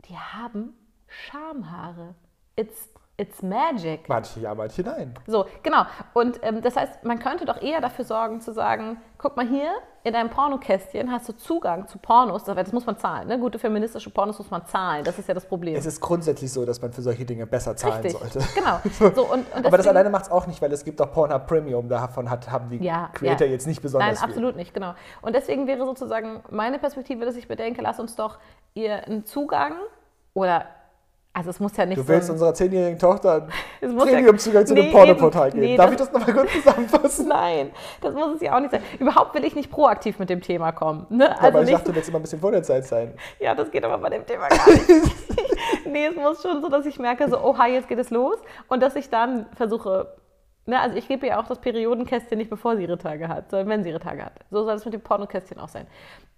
die haben Schamhaare. It's, it's magic. Manche ja, manche nein. So, genau. Und ähm, das heißt, man könnte doch eher dafür sorgen, zu sagen, guck mal hier, in deinem Pornokästchen hast du Zugang zu Pornos, das, das muss man zahlen. Ne? Gute feministische Pornos muss man zahlen. Das ist ja das Problem. Es ist grundsätzlich so, dass man für solche Dinge besser zahlen Richtig. sollte. Genau. So, und, und Aber das deswegen- alleine macht es auch nicht, weil es gibt auch Pornhub Premium, davon hat, haben die ja, Creator ja. jetzt nicht besonders Nein, viel. absolut nicht, genau. Und deswegen wäre sozusagen meine Perspektive, dass ich bedenke, lass uns doch ihr einen Zugang oder also es muss ja nicht Du willst so ein, unserer zehnjährigen Tochter Es einen muss ja- Premium-Zugang zu einem Nee, Pornoportal eben. geben. Nee, Darf ich das- das nochmal kurz zusammenfassen? Nein, das muss es ja auch nicht sein. Überhaupt will ich nicht proaktiv mit dem Thema kommen. Ne? Ja, aber Also ich nicht, dachte, du willst immer ein bisschen vor der Zeit sein. ja, das geht aber bei dem Thema gar nicht. nee, es muss schon so, dass ich merke, so, oha, jetzt geht es los. Und dass ich dann versuche, ne, also ich gebe ihr auch das Periodenkästchen nicht, bevor sie ihre Tage hat, sondern wenn sie ihre Tage hat. So soll es mit dem Pornokästchen auch sein.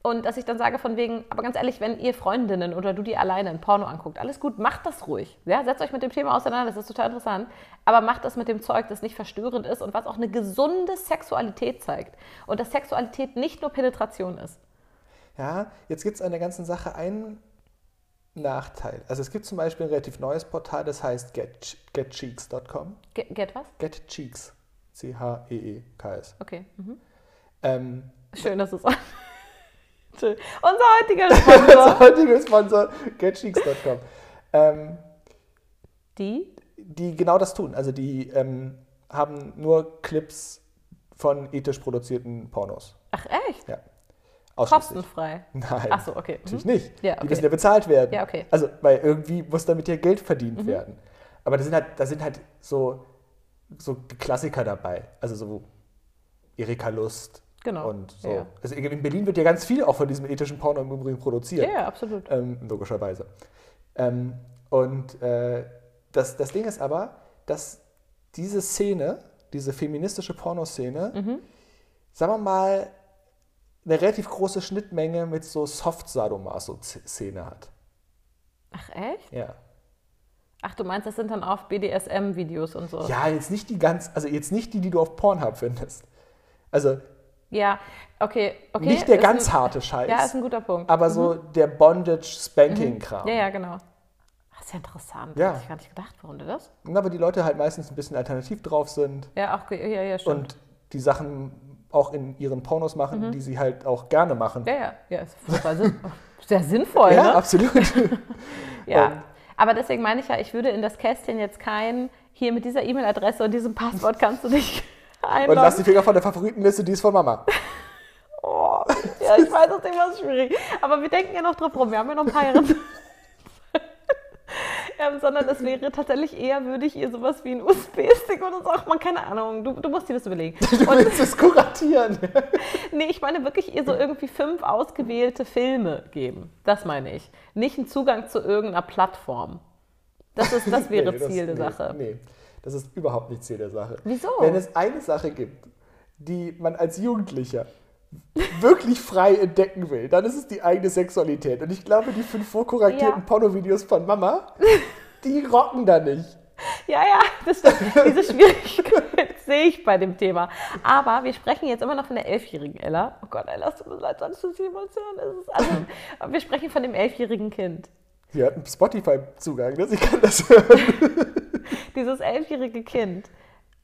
Und dass ich dann sage von wegen, aber ganz ehrlich, wenn ihr Freundinnen oder du dir alleine ein Porno anguckt, alles gut, macht das ruhig. Ja, setzt euch mit dem Thema auseinander, das ist total interessant. Aber macht das mit dem Zeug, das nicht verstörend ist und was auch eine gesunde Sexualität zeigt. Und dass Sexualität nicht nur Penetration ist. Ja, jetzt gibt es an der ganzen Sache einen Nachteil. Also es gibt zum Beispiel ein relativ neues Portal, das heißt get, getcheeks.com. Ge- Geht was? Getcheeks. E C-H-E-E-K-S. Okay. Mhm. Ähm, Schön, dass es. Schön. Unser heutiger Sponsor. unser heutiger Sponsor, getcheeks.com. ähm, Die? die genau das tun. Also die ähm, haben nur Clips von ethisch produzierten Pornos. Ach, echt? Ja. Ausschließlich. Kostenfrei. Nein. Ach so, okay. Mhm. Natürlich nicht. Ja, Die okay. müssen ja bezahlt werden. Ja, okay. Mhm. Also, weil irgendwie muss damit ja Geld verdient werden. Aber da sind halt, da sind halt so, so die Klassiker dabei. Also so Erika Lust. Genau. Und so. Ja. Also in Berlin wird ja ganz viel auch von diesem ethischen Porno im Übrigen produziert. Ja, ja, absolut. Ähm, logischerweise. Ähm, und äh, das, das Ding ist aber, dass diese Szene, diese feministische Pornoszene, Mhm. sagen wir mal, eine relativ große Schnittmenge mit so Soft-Sadomaso-Szene hat. Ach, echt? Ja. Ach, du meinst, das sind dann auch BDSM-Videos und so? ja, jetzt nicht die ganz, also jetzt nicht die, die du auf Pornhub findest. Also Ja, okay. okay. nicht der ist ganz ein, harte Scheiß, Ja, ist ein guter Punkt. aber so der Bondage-Spanking-Kram. ja, ja, genau. Ach, ist ja interessant. Ja. Hätte ich gar nicht gedacht, warum du das? Aber die Leute halt meistens ein bisschen alternativ drauf sind. Ja, auch, ge- ja, ja, stimmt. und die Sachen auch in ihren Pornos machen, die sie halt auch gerne machen. Mhm. ja, ja, ja, ist total sin sehr sinnvoll, Ja, ne? absolut. Ähm. Ja. Aber deswegen meine ich ja, ich würde in das Kästchen jetzt kein, hier mit dieser E-Mail-Adresse und diesem Passwort kannst du dich Und lass die einloggen. Finger von der Favoritenliste, die ist von Mama. Oh, ja, ich weiß, das Thema ist schwierig. Aber wir denken ja noch drauf rum, wir haben ja noch ein paar Jahre Zeit. ähm, sondern es wäre tatsächlich eher, würde ich ihr sowas wie ein USB-Stick oder so, ach man, keine Ahnung, du, du musst dir das überlegen. Du willst es kuratieren. Nee, ich meine wirklich ihr so irgendwie fünf ausgewählte Filme geben. Das meine ich. Nicht einen Zugang zu irgendeiner Plattform. Das, ist, das wäre Nee, Ziel der nee, Sache. Nee, das ist überhaupt nicht Ziel der Sache. Wieso? Wenn es eine Sache gibt, die man als Jugendlicher wirklich frei entdecken will, dann ist es die eigene Sexualität. Und ich glaube, die fünf vorkuratierten Ja. Pornovideos von Mama, die rocken da nicht. Ja, ja, das stimmt. Diese Schwierigkeit sehe ich bei dem Thema. Aber wir sprechen jetzt immer noch von der elfjährigen Ella. Oh Gott, Ella, es tut mir leid, sonst ist die Emotion. Es ist also, wir sprechen von dem elfjährigen Kind. Sie hat einen Spotify-Zugang, ne? sie kann das hören. Dieses elfjährige Kind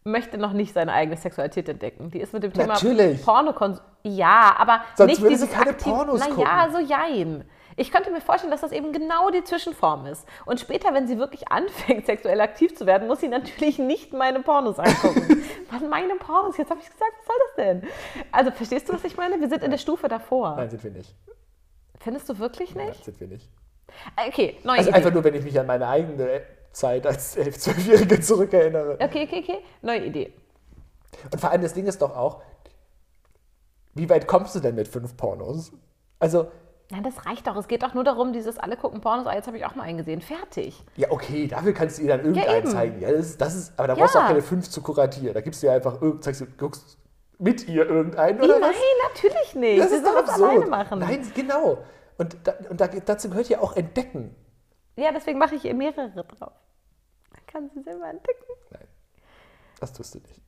möchte noch nicht seine eigene Sexualität entdecken. Die ist mit dem Thema Natürlich. Pornokonsum. Ja, aber Sonst nicht würde sie dieses keine aktiv- Pornos Naja, so jein. Ich könnte mir vorstellen, dass das eben genau die Zwischenform ist. Und später, wenn sie wirklich anfängt, sexuell aktiv zu werden, muss sie natürlich nicht meine Pornos angucken. Wann meine Pornos? Jetzt habe ich gesagt, was soll das denn? Also verstehst du, was ich meine? Wir sind in der Stufe davor. Nein, sind wir nicht. Findest du wirklich Nein, nicht? sind wir nicht. Okay, neue Also Idee. einfach nur, wenn ich mich an meine eigene Zeit als 11-, 12-Jährige zurückerinnere. Okay, okay, okay. Neue Idee. Und vor allem das Ding ist doch auch, wie weit kommst du denn mit fünf Pornos? Also, Nein, das reicht doch. Es geht doch nur darum, dieses alle gucken Pornos, ah, jetzt habe ich auch mal einen gesehen. Fertig. ja, okay, dafür kannst du ihr dann irgendeinen eben. zeigen. Ja, das ist, das ist, aber da brauchst du Ja. auch keine fünf zu kuratieren. Da gibst du ihr einfach irgend, zeigst du, guckst mit ihr irgendeinen oder Nein, was? natürlich nicht. Das Wir ist sollen doch absurd. alleine machen. Nein, genau. Und, da, und da, dazu gehört ja auch Entdecken. Ja, deswegen mache ich ihr mehrere drauf. Dann kann sie selber entdecken. Das tust du nicht.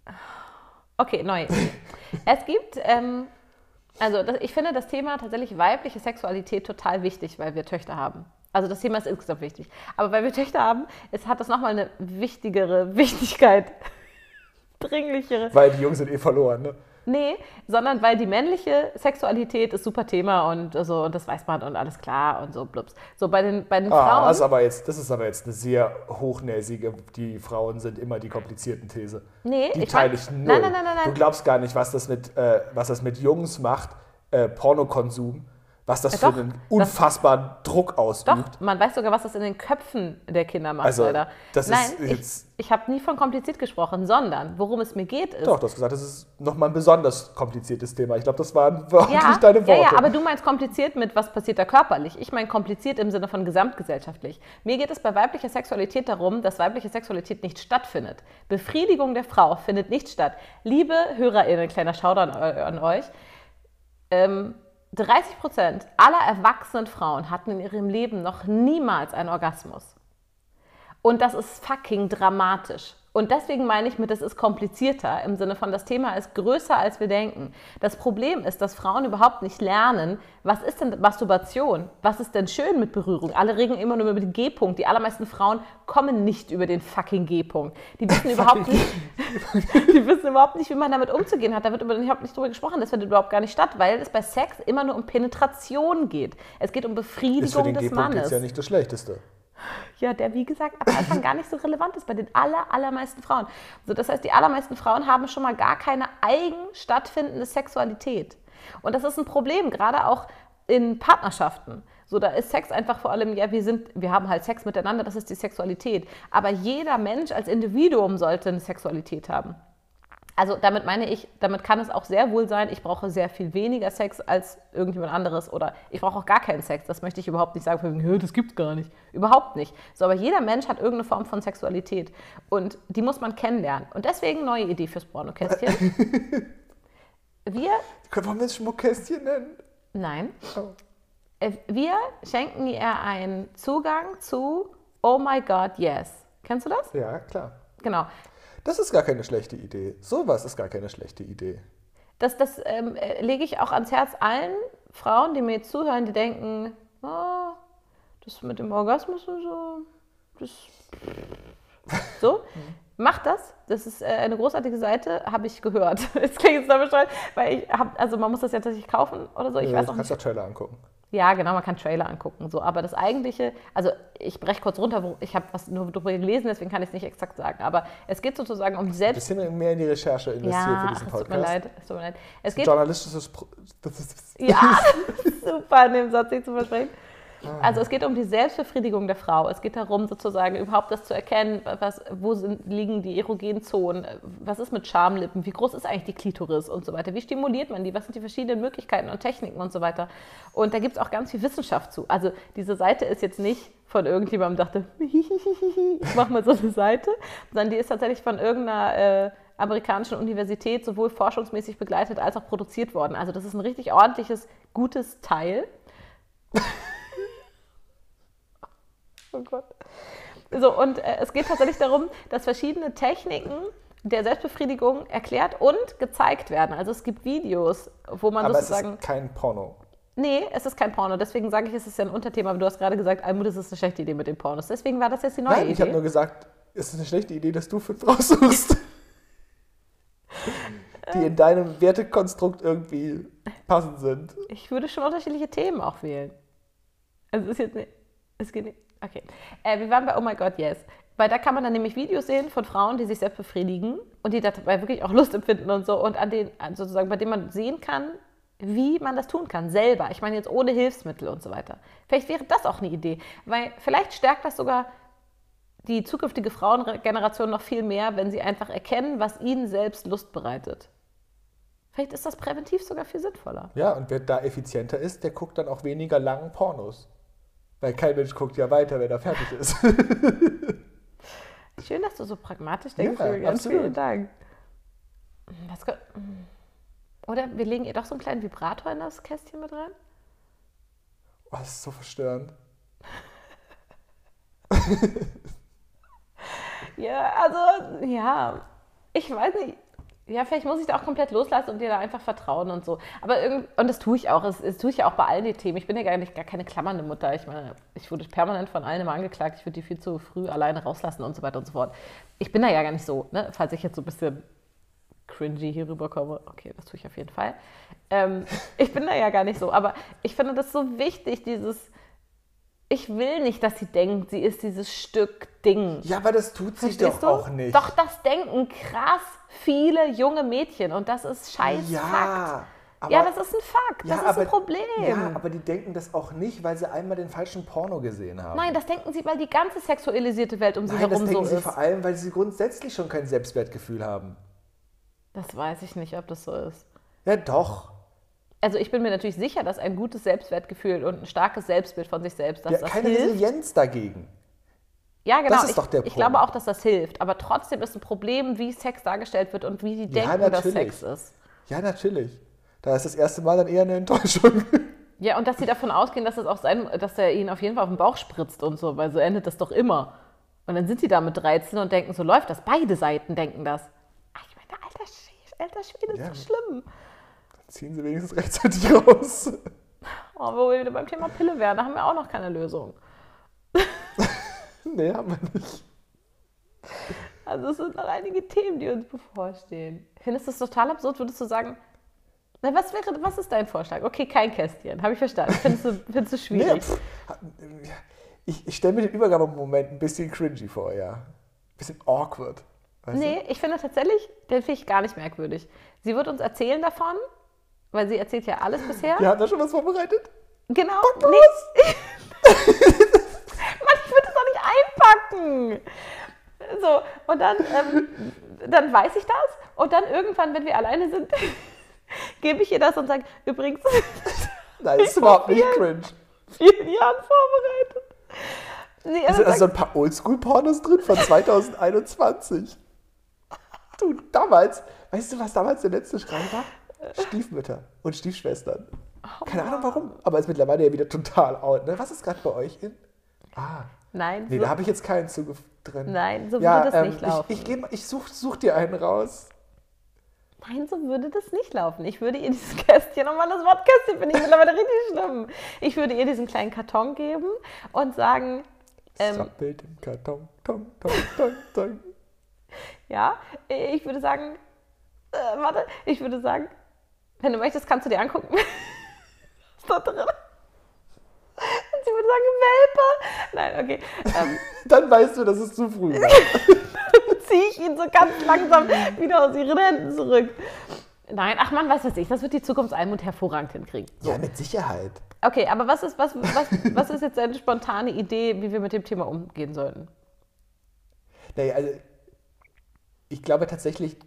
Okay, neu. es gibt, ähm, also das, ich finde das Thema tatsächlich weibliche Sexualität total wichtig, weil wir Töchter haben. Also das Thema ist insgesamt wichtig. Aber weil wir Töchter haben, es hat das nochmal eine wichtigere Wichtigkeit. Dringlichere. Weil die Jungs sind eh verloren. Ne? Nee, sondern weil die männliche Sexualität ist super Thema und äh, so und das weiß man und alles klar und so blups. So bei den, bei den Ah, Frauen. das ist, aber jetzt, das ist aber jetzt eine sehr hochnäsige, die Frauen sind immer die komplizierten These. Nee, die ich teile mag- ich null. Nein, nein, nein, nein, nein. Du glaubst gar nicht, was das mit, äh, was das mit Jungs macht, äh, Pornokonsum, was das Ja, für doch, einen das- unfassbaren Druck ausübt. Doch, man weiß sogar, was das in den Köpfen der Kinder macht, mhm. Also, leider. das ist Nein, jetzt- ich, ich habe nie von kompliziert gesprochen, sondern worum es mir geht ist. Doch, du hast gesagt, das ist nochmal ein besonders kompliziertes Thema. Ich glaube, das waren wirklich Ja, deine Worte. ja, ja, aber du meinst kompliziert mit, was passiert da körperlich. Ich meine kompliziert im Sinne von gesamtgesellschaftlich. Mir geht es bei weiblicher Sexualität darum, dass weibliche Sexualität nicht stattfindet. Befriedigung der Frau findet nicht statt. Liebe HörerInnen, kleiner Shoutout an, eu- an euch. Ähm, 30 Prozent aller erwachsenen Frauen hatten in ihrem Leben noch niemals einen Orgasmus. Und das ist fucking dramatisch. Und deswegen meine ich mit, es ist komplizierter im Sinne von, das Thema ist größer, als wir denken. Das Problem ist, dass Frauen überhaupt nicht lernen, was ist denn Masturbation? Was ist denn schön mit Berührung? Alle reden immer nur über den G-Punkt. Die allermeisten Frauen kommen nicht über den fucking G-Punkt. Die wissen überhaupt nicht, die wissen überhaupt nicht, wie man damit umzugehen hat. Da wird über- überhaupt nicht drüber gesprochen. Das findet überhaupt gar nicht statt, weil es bei Sex immer nur um Penetration geht. Es geht um ist für Befriedigung den des G-Punkt Mannes. jetzt ja nicht das Schlechteste. Ja, der wie gesagt am Anfang gar nicht so relevant ist bei den aller, allermeisten Frauen. So, das heißt, die allermeisten Frauen haben schon mal gar keine eigen stattfindende Sexualität. Und das ist ein Problem, gerade auch in Partnerschaften. So, da ist Sex einfach vor allem, ja, wir sind, wir haben halt Sex miteinander, das ist die Sexualität. Aber jeder Mensch als Individuum sollte eine Sexualität haben. Also damit meine ich, damit kann es auch sehr wohl sein, ich brauche sehr viel weniger Sex als irgendjemand anderes oder ich brauche auch gar keinen Sex. Das möchte ich überhaupt nicht sagen, von wegen, "Hä, das gibt's gar nicht. Überhaupt nicht. So, aber jeder Mensch hat irgendeine Form von Sexualität und die muss man kennenlernen. Und deswegen neue Idee fürs Pornokästchen. Wir, Wollen wir es Schmuckkästchen nennen? Oh. nein, Äh, wir schenken ihr einen Zugang zu Oh my God, yes. Kennst du das? Ja, klar. Genau. Das ist gar keine schlechte Idee. Sowas ist gar keine schlechte Idee. Das, das ähm, äh, lege ich auch ans Herz allen Frauen, die mir jetzt zuhören, die denken, ah, das mit dem Orgasmus und so, das. So, macht das. Das ist äh, eine großartige Seite, habe ich gehört. Es klingt jetzt damit bescheuert, weil ich habe, also man muss das ja tatsächlich kaufen oder so. Ich weiß Äh, du auch nicht. kannst doch Trailer angucken. Ja, genau, man kann Trailer angucken. So, aber das eigentliche, also ich breche kurz runter, wo, ich habe was nur darüber gelesen, deswegen kann ich es nicht exakt sagen. Aber es geht sozusagen um Ein Selbst. bisschen mehr in die Recherche investieren Ja, für ach, diesen es Podcast. tut mir leid, es tut mir leid. Es geht Journalistisches Pro das ist, Ja, super, in dem Satz nicht zu versprechen. Also es geht um die Selbstbefriedigung der Frau. Es geht darum, sozusagen überhaupt das zu erkennen, was, wo sind, liegen die erogenen Zonen, was ist mit Schamlippen, wie groß ist eigentlich die Klitoris und so weiter, wie stimuliert man die, was sind die verschiedenen Möglichkeiten und Techniken und so weiter. Und da gibt es auch ganz viel Wissenschaft zu. Also diese Seite ist jetzt nicht von irgendjemandem, dachte, ich mach mal so eine Seite, sondern die ist tatsächlich von irgendeiner... Äh, amerikanischen Universität sowohl forschungsmäßig begleitet als auch produziert worden. Also das ist ein richtig ordentliches, gutes Teil. oh Gott. So, und äh, es geht tatsächlich darum, dass verschiedene Techniken der Selbstbefriedigung erklärt und gezeigt werden. Also es gibt Videos, wo man aber es sozusagen... ist kein Porno. Nee, es ist kein Porno. Deswegen sage ich, es ist ja ein Unterthema. Aber du hast gerade gesagt, Almut, das ist eine schlechte Idee mit den Pornos. Deswegen war das jetzt die neue Nein, ich Idee. habe nur gesagt, es ist eine schlechte Idee, dass du fünf raussuchst. die in deinem Wertekonstrukt irgendwie passend sind. ich würde schon unterschiedliche Themen auch wählen. Also es ist jetzt nicht, es geht nicht. Okay. Äh, wir waren bei Oh My God, yes. Weil da kann man dann nämlich Videos sehen von Frauen, die sich selbst befriedigen und die dabei wirklich auch Lust empfinden und so und an den an sozusagen, bei denen man sehen kann, wie man das tun kann, selber. Ich meine jetzt ohne Hilfsmittel und so weiter. Vielleicht wäre das auch eine Idee, weil vielleicht stärkt das sogar die zukünftige Frauengeneration noch viel mehr, wenn sie einfach erkennen, was ihnen selbst Lust bereitet. Vielleicht ist das präventiv sogar viel sinnvoller. Ja, und wer da effizienter ist, der guckt dann auch weniger langen Pornos. Weil kein Mensch guckt ja weiter, wenn er fertig ist. Schön, dass du so pragmatisch denkst, Ja, Julian. absolut. Vielen Dank. Hm, Was kö- Oder wir legen ihr doch so einen kleinen Vibrator in das Kästchen mit rein? Oh, das ist so verstörend. Ja, also, ja. Ich weiß nicht. Ja, vielleicht muss ich da auch komplett loslassen und dir da einfach vertrauen und so. Aber irgend, und das tue ich auch. Das, das tue ich ja auch bei allen den Themen. Ich bin ja gar, nicht, gar keine klammernde Mutter. Ich meine, ich wurde permanent von allen immer angeklagt. Ich würde die viel zu früh alleine rauslassen und so weiter und so fort. Ich bin da ja gar nicht so, ne? falls ich jetzt so ein bisschen cringy hier rüberkomme. Okay, das tue ich auf jeden Fall. Ähm, ich bin da ja gar nicht so. Aber ich finde das so wichtig, dieses. Ich will nicht, dass sie denkt, sie ist dieses Stück Ding. Ja, aber das tut sich Verstehst doch du? auch nicht. Doch, das denken krass viele junge Mädchen und das ist scheiß Fakt. ja, aber, ja, das ist ein Fakt. Das ja, ist aber- ein Problem. Ja, aber die denken das auch nicht, weil sie einmal den falschen Porno gesehen haben. Nein, das denken sie, weil die ganze sexualisierte Welt um sie Nein, das herum denken so sie ist. vor allem, weil sie grundsätzlich schon kein Selbstwertgefühl haben. Das weiß ich nicht, ob das so ist. Ja, doch. Also ich bin mir natürlich sicher, dass ein gutes Selbstwertgefühl und ein starkes Selbstbild von sich selbst, dass Ja, das keine hilft. Resilienz dagegen. Ja, genau. Das ist ich, doch der ich Punkt. glaube auch, dass das hilft. Aber trotzdem ist ein Problem, wie Sex dargestellt wird und wie die Ja, denken, dass natürlich. Sex ist. Ja, natürlich. Da ist das erste Mal dann eher eine Enttäuschung. Ja, und dass sie davon ausgehen, dass, es auch sein, dass er ihnen auf jeden Fall auf den Bauch spritzt und so, weil so endet das doch immer. Und dann sind sie da mit 13 und denken, so läuft das. Beide Seiten denken das. Ach, ich meine, alter Schwede, alter Schwede ist Ja. so schlimm. Ziehen sie wenigstens rechtzeitig raus. Oh, wo wir wieder beim Thema Pille wären, da haben wir auch noch keine Lösung. nee, haben wir nicht. Also es sind noch einige Themen, die uns bevorstehen. Findest du es total absurd, würdest du sagen, na, was wäre, was ist dein Vorschlag? Okay, kein Kästchen, habe ich verstanden. Findest du, findest du schwierig? Nee, pff. ich ich stelle mir den Übergabemoment ein bisschen cringy vor, ja. Ein bisschen awkward. Weißt Nee, ich finde tatsächlich, den finde ich gar nicht merkwürdig. Sie wird uns erzählen davon, weil sie erzählt ja alles bisher. Du? Wir haben da schon was vorbereitet. Genau. Nee. Mann, ich würde das doch nicht einpacken. So, und dann, ähm, dann weiß ich das. Und dann irgendwann, wenn wir alleine sind, gebe ich ihr das und sage, übrigens, Nein, das ist überhaupt nicht probiere. cringe. vielen Jahren vorbereitet. Nee, Da also sind also sag, so ein paar Oldschool-Pornos drin von 2021. Du, damals, weißt du, was damals der letzte Schrei war? Stiefmütter und Stiefschwestern. Oh, Keine Ahnung warum, aber ist mittlerweile ja wieder total out. Ne? Was ist gerade bei euch in? Ah, nein, nee, so, da habe ich jetzt keinen Zugriff drin. Nein, so ja, würde das ähm, nicht laufen. Ich, ich, geh mal- ich such, such dir einen raus. Nein, so würde das nicht laufen. Ich würde ihr dieses Kästchen, oh Mann, das Wort Kästchen finde ich mittlerweile richtig schlimm. Ich würde ihr diesen kleinen Karton geben und sagen, Ähm, ähm, Sappelt im Karton, tong, tong, tong, tong. ja, ich würde sagen, äh, warte, ich würde sagen, wenn du möchtest, kannst du dir angucken. was da drin? Und sie würde sagen, Welpe. Nein, okay. Ähm, Dann weißt du, dass es zu früh war. ziehe ich ihn so ganz langsam wieder aus ihren Händen zurück. Nein, ach Mann, was weiß ich, das wird die Zukunftseinmut hervorragend hinkriegen. Ja, mit Sicherheit. Okay, aber was ist, was, was, was ist jetzt deine spontane Idee, wie wir mit dem Thema umgehen sollten? Naja, also ich glaube tatsächlich,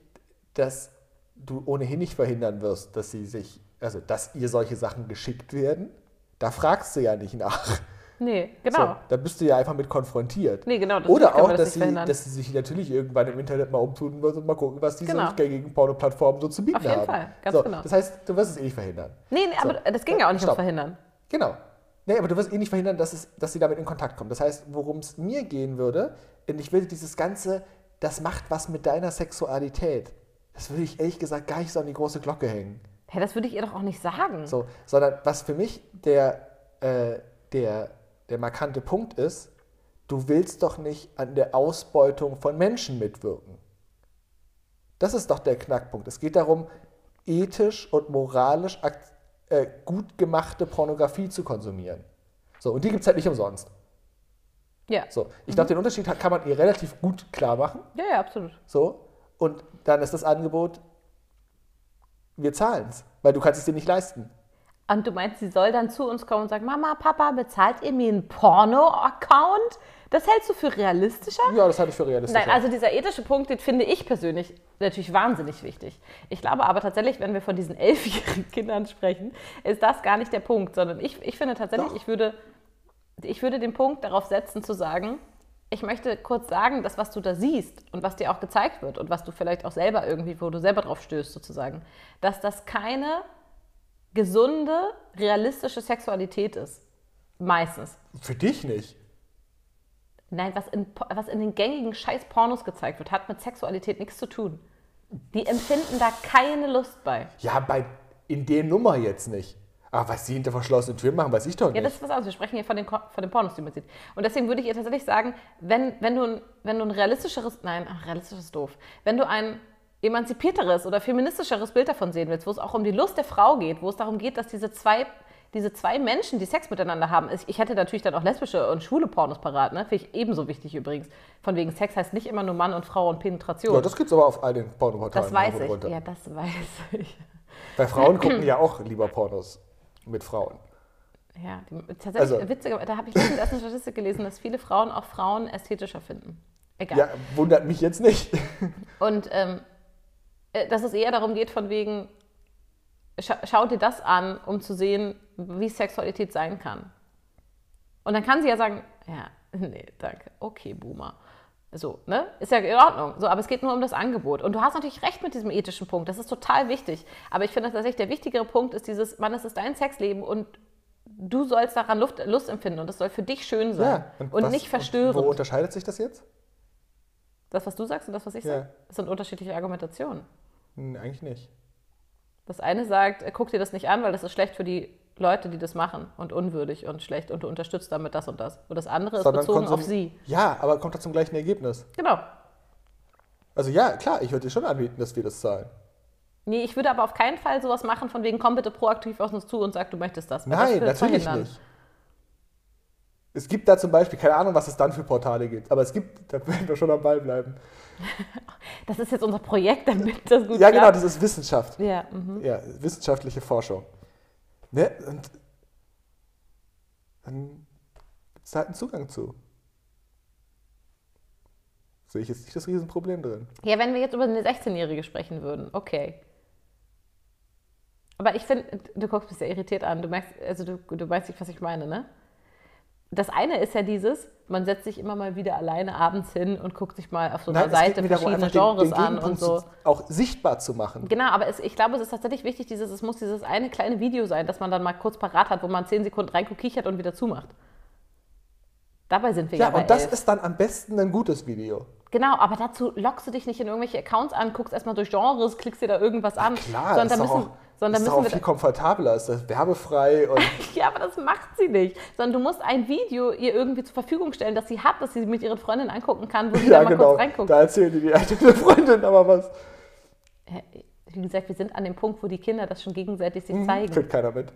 dass du ohnehin nicht verhindern wirst, dass sie sich, also dass ihr solche Sachen geschickt werden. Da fragst du ja nicht nach. Nee, So, genau. da bist du ja einfach mit konfrontiert. Nee, genau, das- Oder ich kann auch, mir das dass nicht sie, verhindern. dass sie sich natürlich irgendwann im Internet mal umtun wird und mal gucken, was diese Genau. gängigen Porno-Plattformen so zu bieten Auf jeden haben. Fall, ganz so, genau. Das heißt, du wirst es eh nicht verhindern. Nee, nee aber das ging ja auch nicht ums Stopp. Verhindern. Genau. Nee, aber du wirst eh nicht verhindern, dass, es, dass sie damit in Kontakt kommen. Das heißt, worum es mir gehen würde, denn ich will dieses Ganze, das macht was mit deiner Sexualität. Das würde ich ehrlich gesagt gar nicht so an die große Glocke hängen. Hä, das würde ich ihr doch auch nicht sagen. So, sondern was für mich der, äh, der, der markante Punkt ist, du willst doch nicht an der Ausbeutung von Menschen mitwirken. Das ist doch der Knackpunkt. Es geht darum, ethisch und moralisch ak- äh, gut gemachte Pornografie zu konsumieren. So, und die gibt es halt nicht umsonst. Ja. So, ich Mhm. glaube, den Unterschied hat- kann man ihr relativ gut klar machen. ja, ja, absolut. So, und dann ist das Angebot, wir zahlen es, weil du kannst es dir nicht leisten. Und du meinst, sie soll dann zu uns kommen und sagen, Mama, Papa, bezahlt ihr mir einen Porno-Account? Das hältst du für realistischer? Ja, das halte ich für realistisch. Nein, also dieser ethische Punkt, den finde ich persönlich natürlich wahnsinnig wichtig. Ich glaube aber tatsächlich, wenn wir von diesen elfjährigen Kindern sprechen, ist das gar nicht der Punkt, sondern ich, ich finde tatsächlich, Doch. ich würde, ich würde den Punkt darauf setzen zu sagen, ich möchte kurz sagen, das, was du da siehst und was dir auch gezeigt wird und was du vielleicht auch selber irgendwie, wo du selber drauf stößt sozusagen, dass das keine gesunde, realistische Sexualität ist. Meistens. für dich nicht. Nein, was in, Po- was in den gängigen scheiß Pornos gezeigt wird, hat mit Sexualität nichts zu tun. Die empfinden da keine Lust bei. Ja, bei, in der Nummer jetzt nicht. Aber was sie hinter verschlossenen Türen machen, weiß ich doch Ja, nicht. das ist was anderes. Wir sprechen hier von den, Ko- von den Pornos, die man sieht. Und deswegen würde ich ihr tatsächlich sagen, wenn, wenn, du, ein, wenn du ein realistischeres, nein, ach, realistischeres ist doof, wenn du ein emanzipierteres oder feministischeres Bild davon sehen willst, wo es auch um die Lust der Frau geht, wo es darum geht, dass diese zwei, diese zwei Menschen, die Sex miteinander haben, ich, ich hätte natürlich dann auch lesbische und schwule Pornos parat, ne? finde ich ebenso wichtig übrigens. Von wegen Sex heißt nicht immer nur Mann und Frau und Penetration. ja, das gibt es aber auf all den Pornoportalen. Das rauf weiß und ich. runter. Ja, das weiß ich. Weil Frauen gucken ja auch lieber Pornos mit Frauen. Ja, die, tatsächlich, Also- witzig, da habe ich letztens erst eine Statistik gelesen, dass viele Frauen auch Frauen ästhetischer finden. Egal. Ja, wundert mich jetzt nicht. Und ähm, äh, dass es eher darum geht, von wegen, scha schau dir das an, um zu sehen, wie Sexualität sein kann. Und dann kann sie ja sagen, ja, nee, danke, okay, Boomer. So, ne? Ist ja in Ordnung. So, aber es geht nur um das Angebot. Und du hast natürlich recht mit diesem ethischen Punkt. Das ist total wichtig. Aber ich finde tatsächlich, der wichtigere Punkt ist dieses, Mann, es ist dein Sexleben und du sollst daran Luft, Lust empfinden und das soll für dich schön sein Ja, und, was- nicht Wo verstörend. unterscheidet sich das jetzt? Das, was du sagst und das, was ich Ja. sage, sind unterschiedliche Argumentationen. Hm, eigentlich nicht. Das eine sagt, äh, guck dir das nicht an, weil das ist schlecht für die Leute, die das machen und unwürdig und schlecht und du unterstützt damit das und das. Und das andere ist bezogen kommt auf zum- sie. Ja, aber kommt das zum gleichen Ergebnis. Genau. Also ja, klar, ich würde dir schon anbieten, dass wir das zahlen. Nee, ich würde aber auf keinen Fall sowas machen, von wegen, komm bitte proaktiv auf uns zu und sag, du möchtest das. Weil das Nein, würde es natürlich verhindern. nicht. Es gibt da zum Beispiel, keine Ahnung, was es dann für Portale gibt, aber es gibt, da werden wir schon am Ball bleiben. Das ist jetzt unser Projekt, damit das gut Ja, genau, klappt. das ist Wissenschaft. Ja, mhm. Ja, wissenschaftliche Forschung. Ne? Und dann gibt es halt einen Zugang zu. Sehe ich jetzt nicht das Riesenproblem drin. ja, wenn wir jetzt über eine 16-Jährige sprechen würden, okay. Aber ich finde, du guckst mich sehr irritiert an. Du merkst, also du, du weißt nicht, was ich meine, ne? Das eine ist ja dieses, man setzt sich immer mal wieder alleine abends hin und guckt sich mal auf so einer es geht Seite mir darum, verschiedene einfach den- Genres den an und Gegenpunkt so. zu- auch sichtbar zu machen. Genau, aber es, ich glaube, es ist tatsächlich wichtig, dieses, es muss dieses eine kleine Video sein, das man dann mal kurz parat hat, wo man zehn Sekunden reinguckt, kichert und wieder zumacht. Dabei sind wir ja, Ja, bei und das elf. ist dann am besten ein gutes Video. Genau, aber dazu lockst du dich nicht in irgendwelche Accounts an, guckst erstmal durch Genres, klickst dir da irgendwas an. Klar, sondern ist da doch müssen, auch, sondern ist da doch auch müssen viel wir. komfortabler, ist das werbefrei und Ja, aber das macht sie nicht. Sondern du musst ein Video ihr irgendwie zur Verfügung stellen, das sie hat, dass sie mit ihren Freundinnen angucken kann, wo sie ja da mal genau, kurz reinguckt. da erzählen die die eine Freundin aber was. Wie gesagt, wir sind an dem Punkt, wo die Kinder das schon gegenseitig Mhm. sich zeigen. Kriegt keiner mit.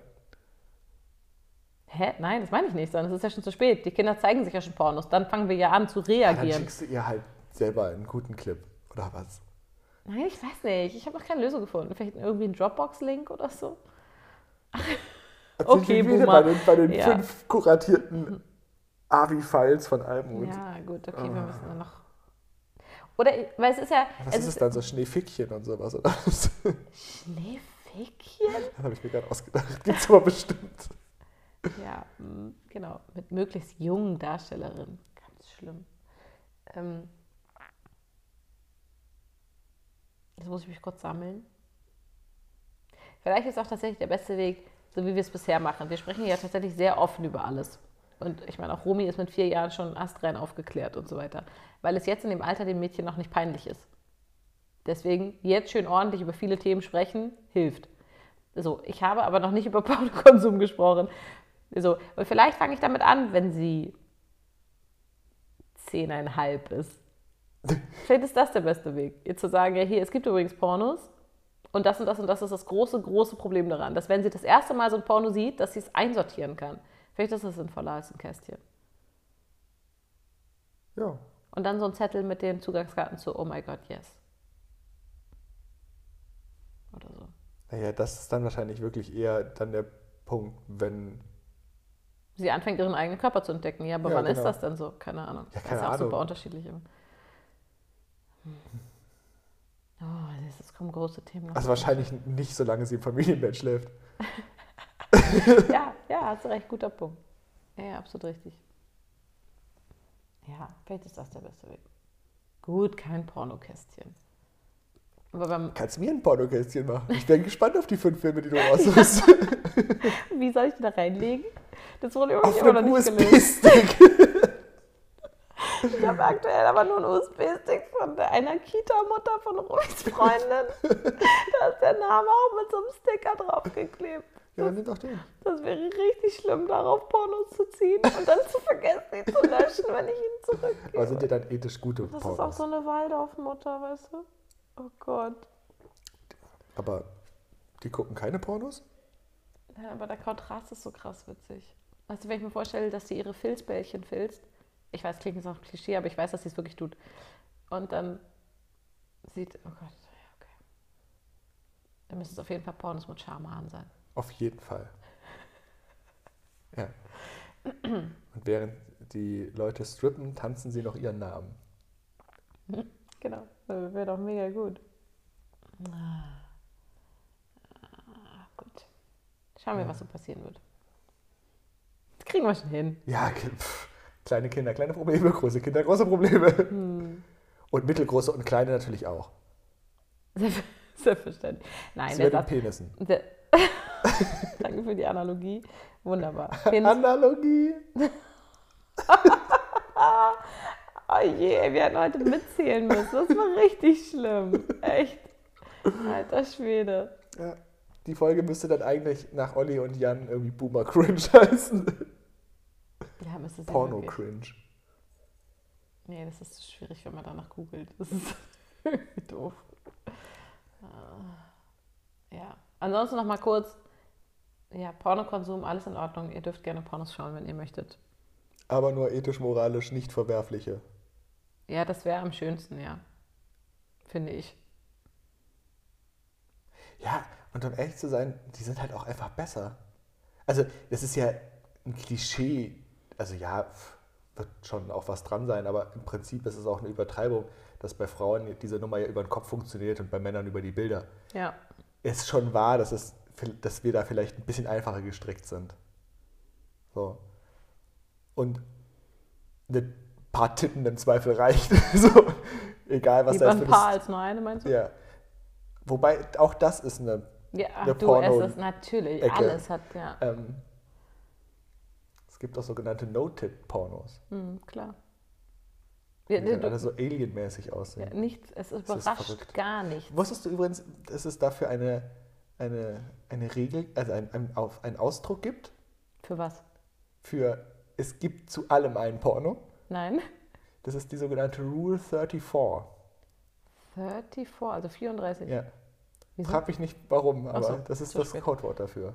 Hä? Nein, das meine ich nicht, sondern es ist ja schon zu spät. Die Kinder zeigen sich ja schon Pornos. Dann fangen wir ja an zu Dann reagieren. schickst du ihr halt selber einen guten Clip oder was. Nein, ich weiß nicht. Ich habe noch keine Lösung gefunden. Vielleicht irgendwie einen Dropbox-Link oder so? Okay, sind wir wieder bei Boomer. den, bei den Ja. fünf kuratierten AVI-Files von Almut. Ja, gut, okay, wir müssen dann noch. Oder, ich- weil es ist ja. Ah. Was ist Also es es dann, so Schneefickchen und sowas? Oder? was? Schneefickchen? das habe ich mir gerade ausgedacht. Gibt's aber bestimmt. Ja, mm, genau. Mit möglichst jungen Darstellerinnen. Ganz schlimm. Ähm, jetzt muss ich mich kurz sammeln. Vielleicht ist auch tatsächlich der beste Weg, so wie wir es bisher machen. Wir sprechen ja tatsächlich sehr offen über alles. Und ich meine, auch Romy ist mit vier Jahren schon astrein aufgeklärt und so weiter. Weil es jetzt in dem Alter dem Mädchen noch nicht peinlich ist. Deswegen jetzt schön ordentlich über viele Themen sprechen, hilft. So, ich habe aber noch nicht über Pornokonsum gesprochen. So, und vielleicht fange ich damit an, wenn sie zehneinhalb ist. Vielleicht ist das der beste Weg, ihr zu sagen, ja hier, es gibt übrigens Pornos und das und das und das ist das große, große Problem daran, dass wenn sie das erste Mal so ein Porno sieht, dass sie es einsortieren kann. Vielleicht ist es sinnvoller als ein Kästchen. Ja. Und dann so ein Zettel mit den Zugangskarten zu Oh my God, yes. Oder so. Naja, das ist dann wahrscheinlich wirklich eher dann der Punkt, wenn. Sie anfängt, ihren eigenen Körper zu entdecken. Ja, aber Ja, wann ist genau. das denn so? Keine Ahnung. Ja, das keine ist ja auch Ahnung. super unterschiedlich. Immer. Hm. Oh, das- es kommen große Themen noch. Also wahrscheinlich nicht, solange sie im Familienbett schläft. ja, ja, hast du recht, guter Punkt. Ja, ja, absolut richtig. Ja, vielleicht ist das der beste Weg. Gut, kein Pornokästchen. Aber beim, Kannst du mir ein Pornokästchen machen? Ich bin gespannt auf die fünf Filme, die du raussuchst. wie soll ich die da reinlegen? Das wurde irgendwie auf immer noch einem nicht gelöst. USB-Stick. Ich habe aktuell aber nur einen USB-Stick von einer Kita-Mutter von Ruhis Freundin. da ist der Name auch mit so einem Sticker draufgeklebt. ja, dann nimm doch den. Das wäre richtig schlimm, darauf Pornos zu ziehen und dann zu vergessen, ihn zu löschen, wenn ich ihn zurückgebe. Aber sind dir dann ethisch gute Das Pornos? ist auch so eine Waldorfmutter, weißt du? Oh Gott. Aber die gucken keine Pornos? Ja, aber der Kontrast ist so krass witzig. Also wenn ich mir vorstelle, dass sie ihre Filzbällchen filzt, ich weiß, klingt jetzt auch Klischee, aber ich weiß, dass sie es wirklich tut. Und dann sieht, oh Gott, ja, okay. Dann müssen es auf jeden Fall Pornos mit Schamanen sein. Auf jeden Fall. Ja. Und während die Leute strippen, tanzen sie noch ihren Namen. Genau, wäre doch mega gut. Ah, gut. Schauen wir, was so passieren wird. Das kriegen wir schon hin. Ja, ge- pff, kleine Kinder, kleine Probleme, große Kinder, große Probleme. Hm. Und mittelgroße und kleine natürlich auch. Selbst- Selbstverständlich. Nein, Zu der den Satz, Penissen. Der Danke für die Analogie. Wunderbar. Penis. Analogie. Oh je, wir hätten heute mitzählen müssen. Das war richtig schlimm. Echt. Alter Schwede. Ja. Die Folge müsste dann eigentlich nach Olli und Jan irgendwie Boomer Cringe heißen. Ja, müsste sie Porno wirklich. Cringe. Nee, das ist schwierig, wenn man danach googelt. Das ist irgendwie doof. Ah, Ja. Ansonsten noch mal kurz. Ja, Pornokonsum, alles in Ordnung. Ihr dürft gerne Pornos schauen, wenn ihr möchtet. Aber nur ethisch-moralisch nicht verwerfliche. Ja, das wäre am schönsten, ja. Finde ich. Ja, und um ehrlich zu sein, die sind halt auch einfach besser. Also, das ist ja ein Klischee. Also, ja, pf, wird schon auch was dran sein, aber im Prinzip ist es auch eine Übertreibung, dass bei Frauen diese Nummer ja über den Kopf funktioniert und bei Männern über die Bilder. Ja. Ist schon wahr, dass, es, dass wir da vielleicht ein bisschen einfacher gestrickt sind. So. Und ein paar Titten im Zweifel reicht. so, egal, was Lieber da jetzt ein für paar das. als nur eine, meinst du? Ja. Wobei, auch das ist eine Ja, ach eine du, Porno- es ist natürlich, Ecke. alles hat, ja, Ähm, es gibt auch sogenannte No-Tip-Pornos, hm, klar. die Ja, ne, du, dann alle du, so alienmäßig aussehen. ja, nichts, es ist überrascht verrückt. gar nicht. Wusstest du übrigens, dass es dafür eine, eine, eine Regel, also ein, ein, auf, einen Ausdruck gibt Für was? für es gibt zu allem einen Porno? Nein? Das ist die sogenannte Rule 34. 34, also 34. Ja. Wieso? Frag mich nicht warum, aber so, das ist zu das spät. Codewort dafür.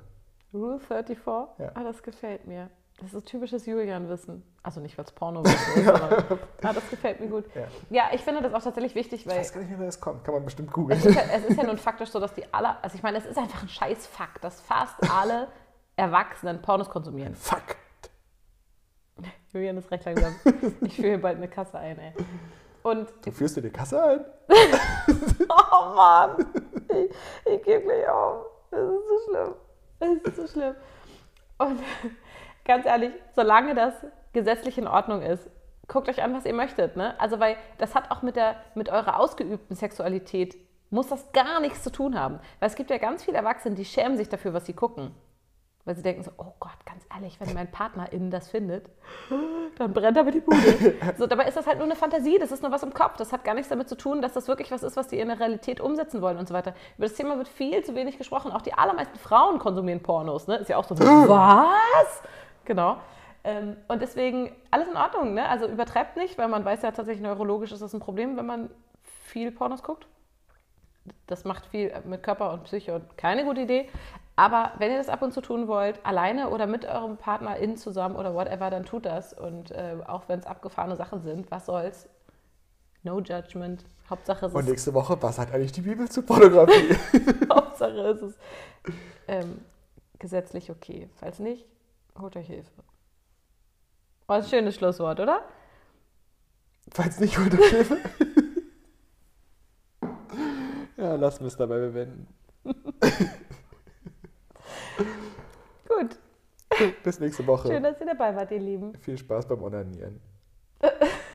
Rule 34? Ja. Ah, das gefällt mir. Das ist typisches Julian-Wissen. Also nicht, weil es Porno-Wissen ist, aber ah, das gefällt mir gut. Ja. Ja, ich finde das auch tatsächlich wichtig, Ich weil weiß gar nicht mehr, wer das kommt. Kann man bestimmt Es googeln. ist, ja, es ist ja nun faktisch so, dass die alle, also ich meine, es ist einfach ein scheiß Fakt, dass fast alle Erwachsenen Pornos konsumieren. Fuck! Julian ist recht langsam. Ich führe hier bald eine Kasse ein, ey. Und, Du führst dir die Kasse ein? oh Mann, ich, ich gebe gleich auf. Das ist so schlimm. Das ist so schlimm. Und ganz ehrlich, solange das gesetzlich in Ordnung ist, guckt euch an, was ihr möchtet. Ne? Also, weil das hat auch mit, der, mit eurer ausgeübten Sexualität, muss das gar nichts zu tun haben. Weil es gibt ja ganz viele Erwachsene, die schämen sich dafür, was sie gucken. Weil sie denken so, oh Gott, ganz ehrlich, wenn mein Partner innen das findet, dann brennt aber die Bude. So, dabei ist das halt nur eine Fantasie, das ist nur was im Kopf. Das hat gar nichts damit zu tun, dass das wirklich was ist, was die in der Realität umsetzen wollen und so weiter. Über das Thema wird viel zu wenig gesprochen. Auch die allermeisten Frauen konsumieren Pornos, ne? Ist ja auch so, was? Genau. Ähm, und deswegen alles in Ordnung, ne? Also übertreibt nicht, weil man weiß ja tatsächlich, neurologisch ist das ein Problem, wenn man äh, viel Pornos guckt. Das macht viel mit Körper und Psyche und keine gute Idee. Aber wenn ihr das ab und zu tun wollt, alleine oder mit eurem Partner in zusammen oder whatever, dann tut das. Und äh, auch wenn es abgefahrene Sachen sind, was soll's? No judgment. Hauptsache es Und ist, nächste Woche, was sagt eigentlich die Bibel zu Pornografie? Hauptsache es ist ähm, gesetzlich okay. Falls nicht, holt euch Hilfe. War ein schönes Schlusswort, oder? Falls nicht, holt euch Hilfe. ja, lassen wir es dabei bewenden. Gut. Bis nächste Woche. Schön, dass ihr dabei wart, ihr Lieben. Viel Spaß beim Onanieren.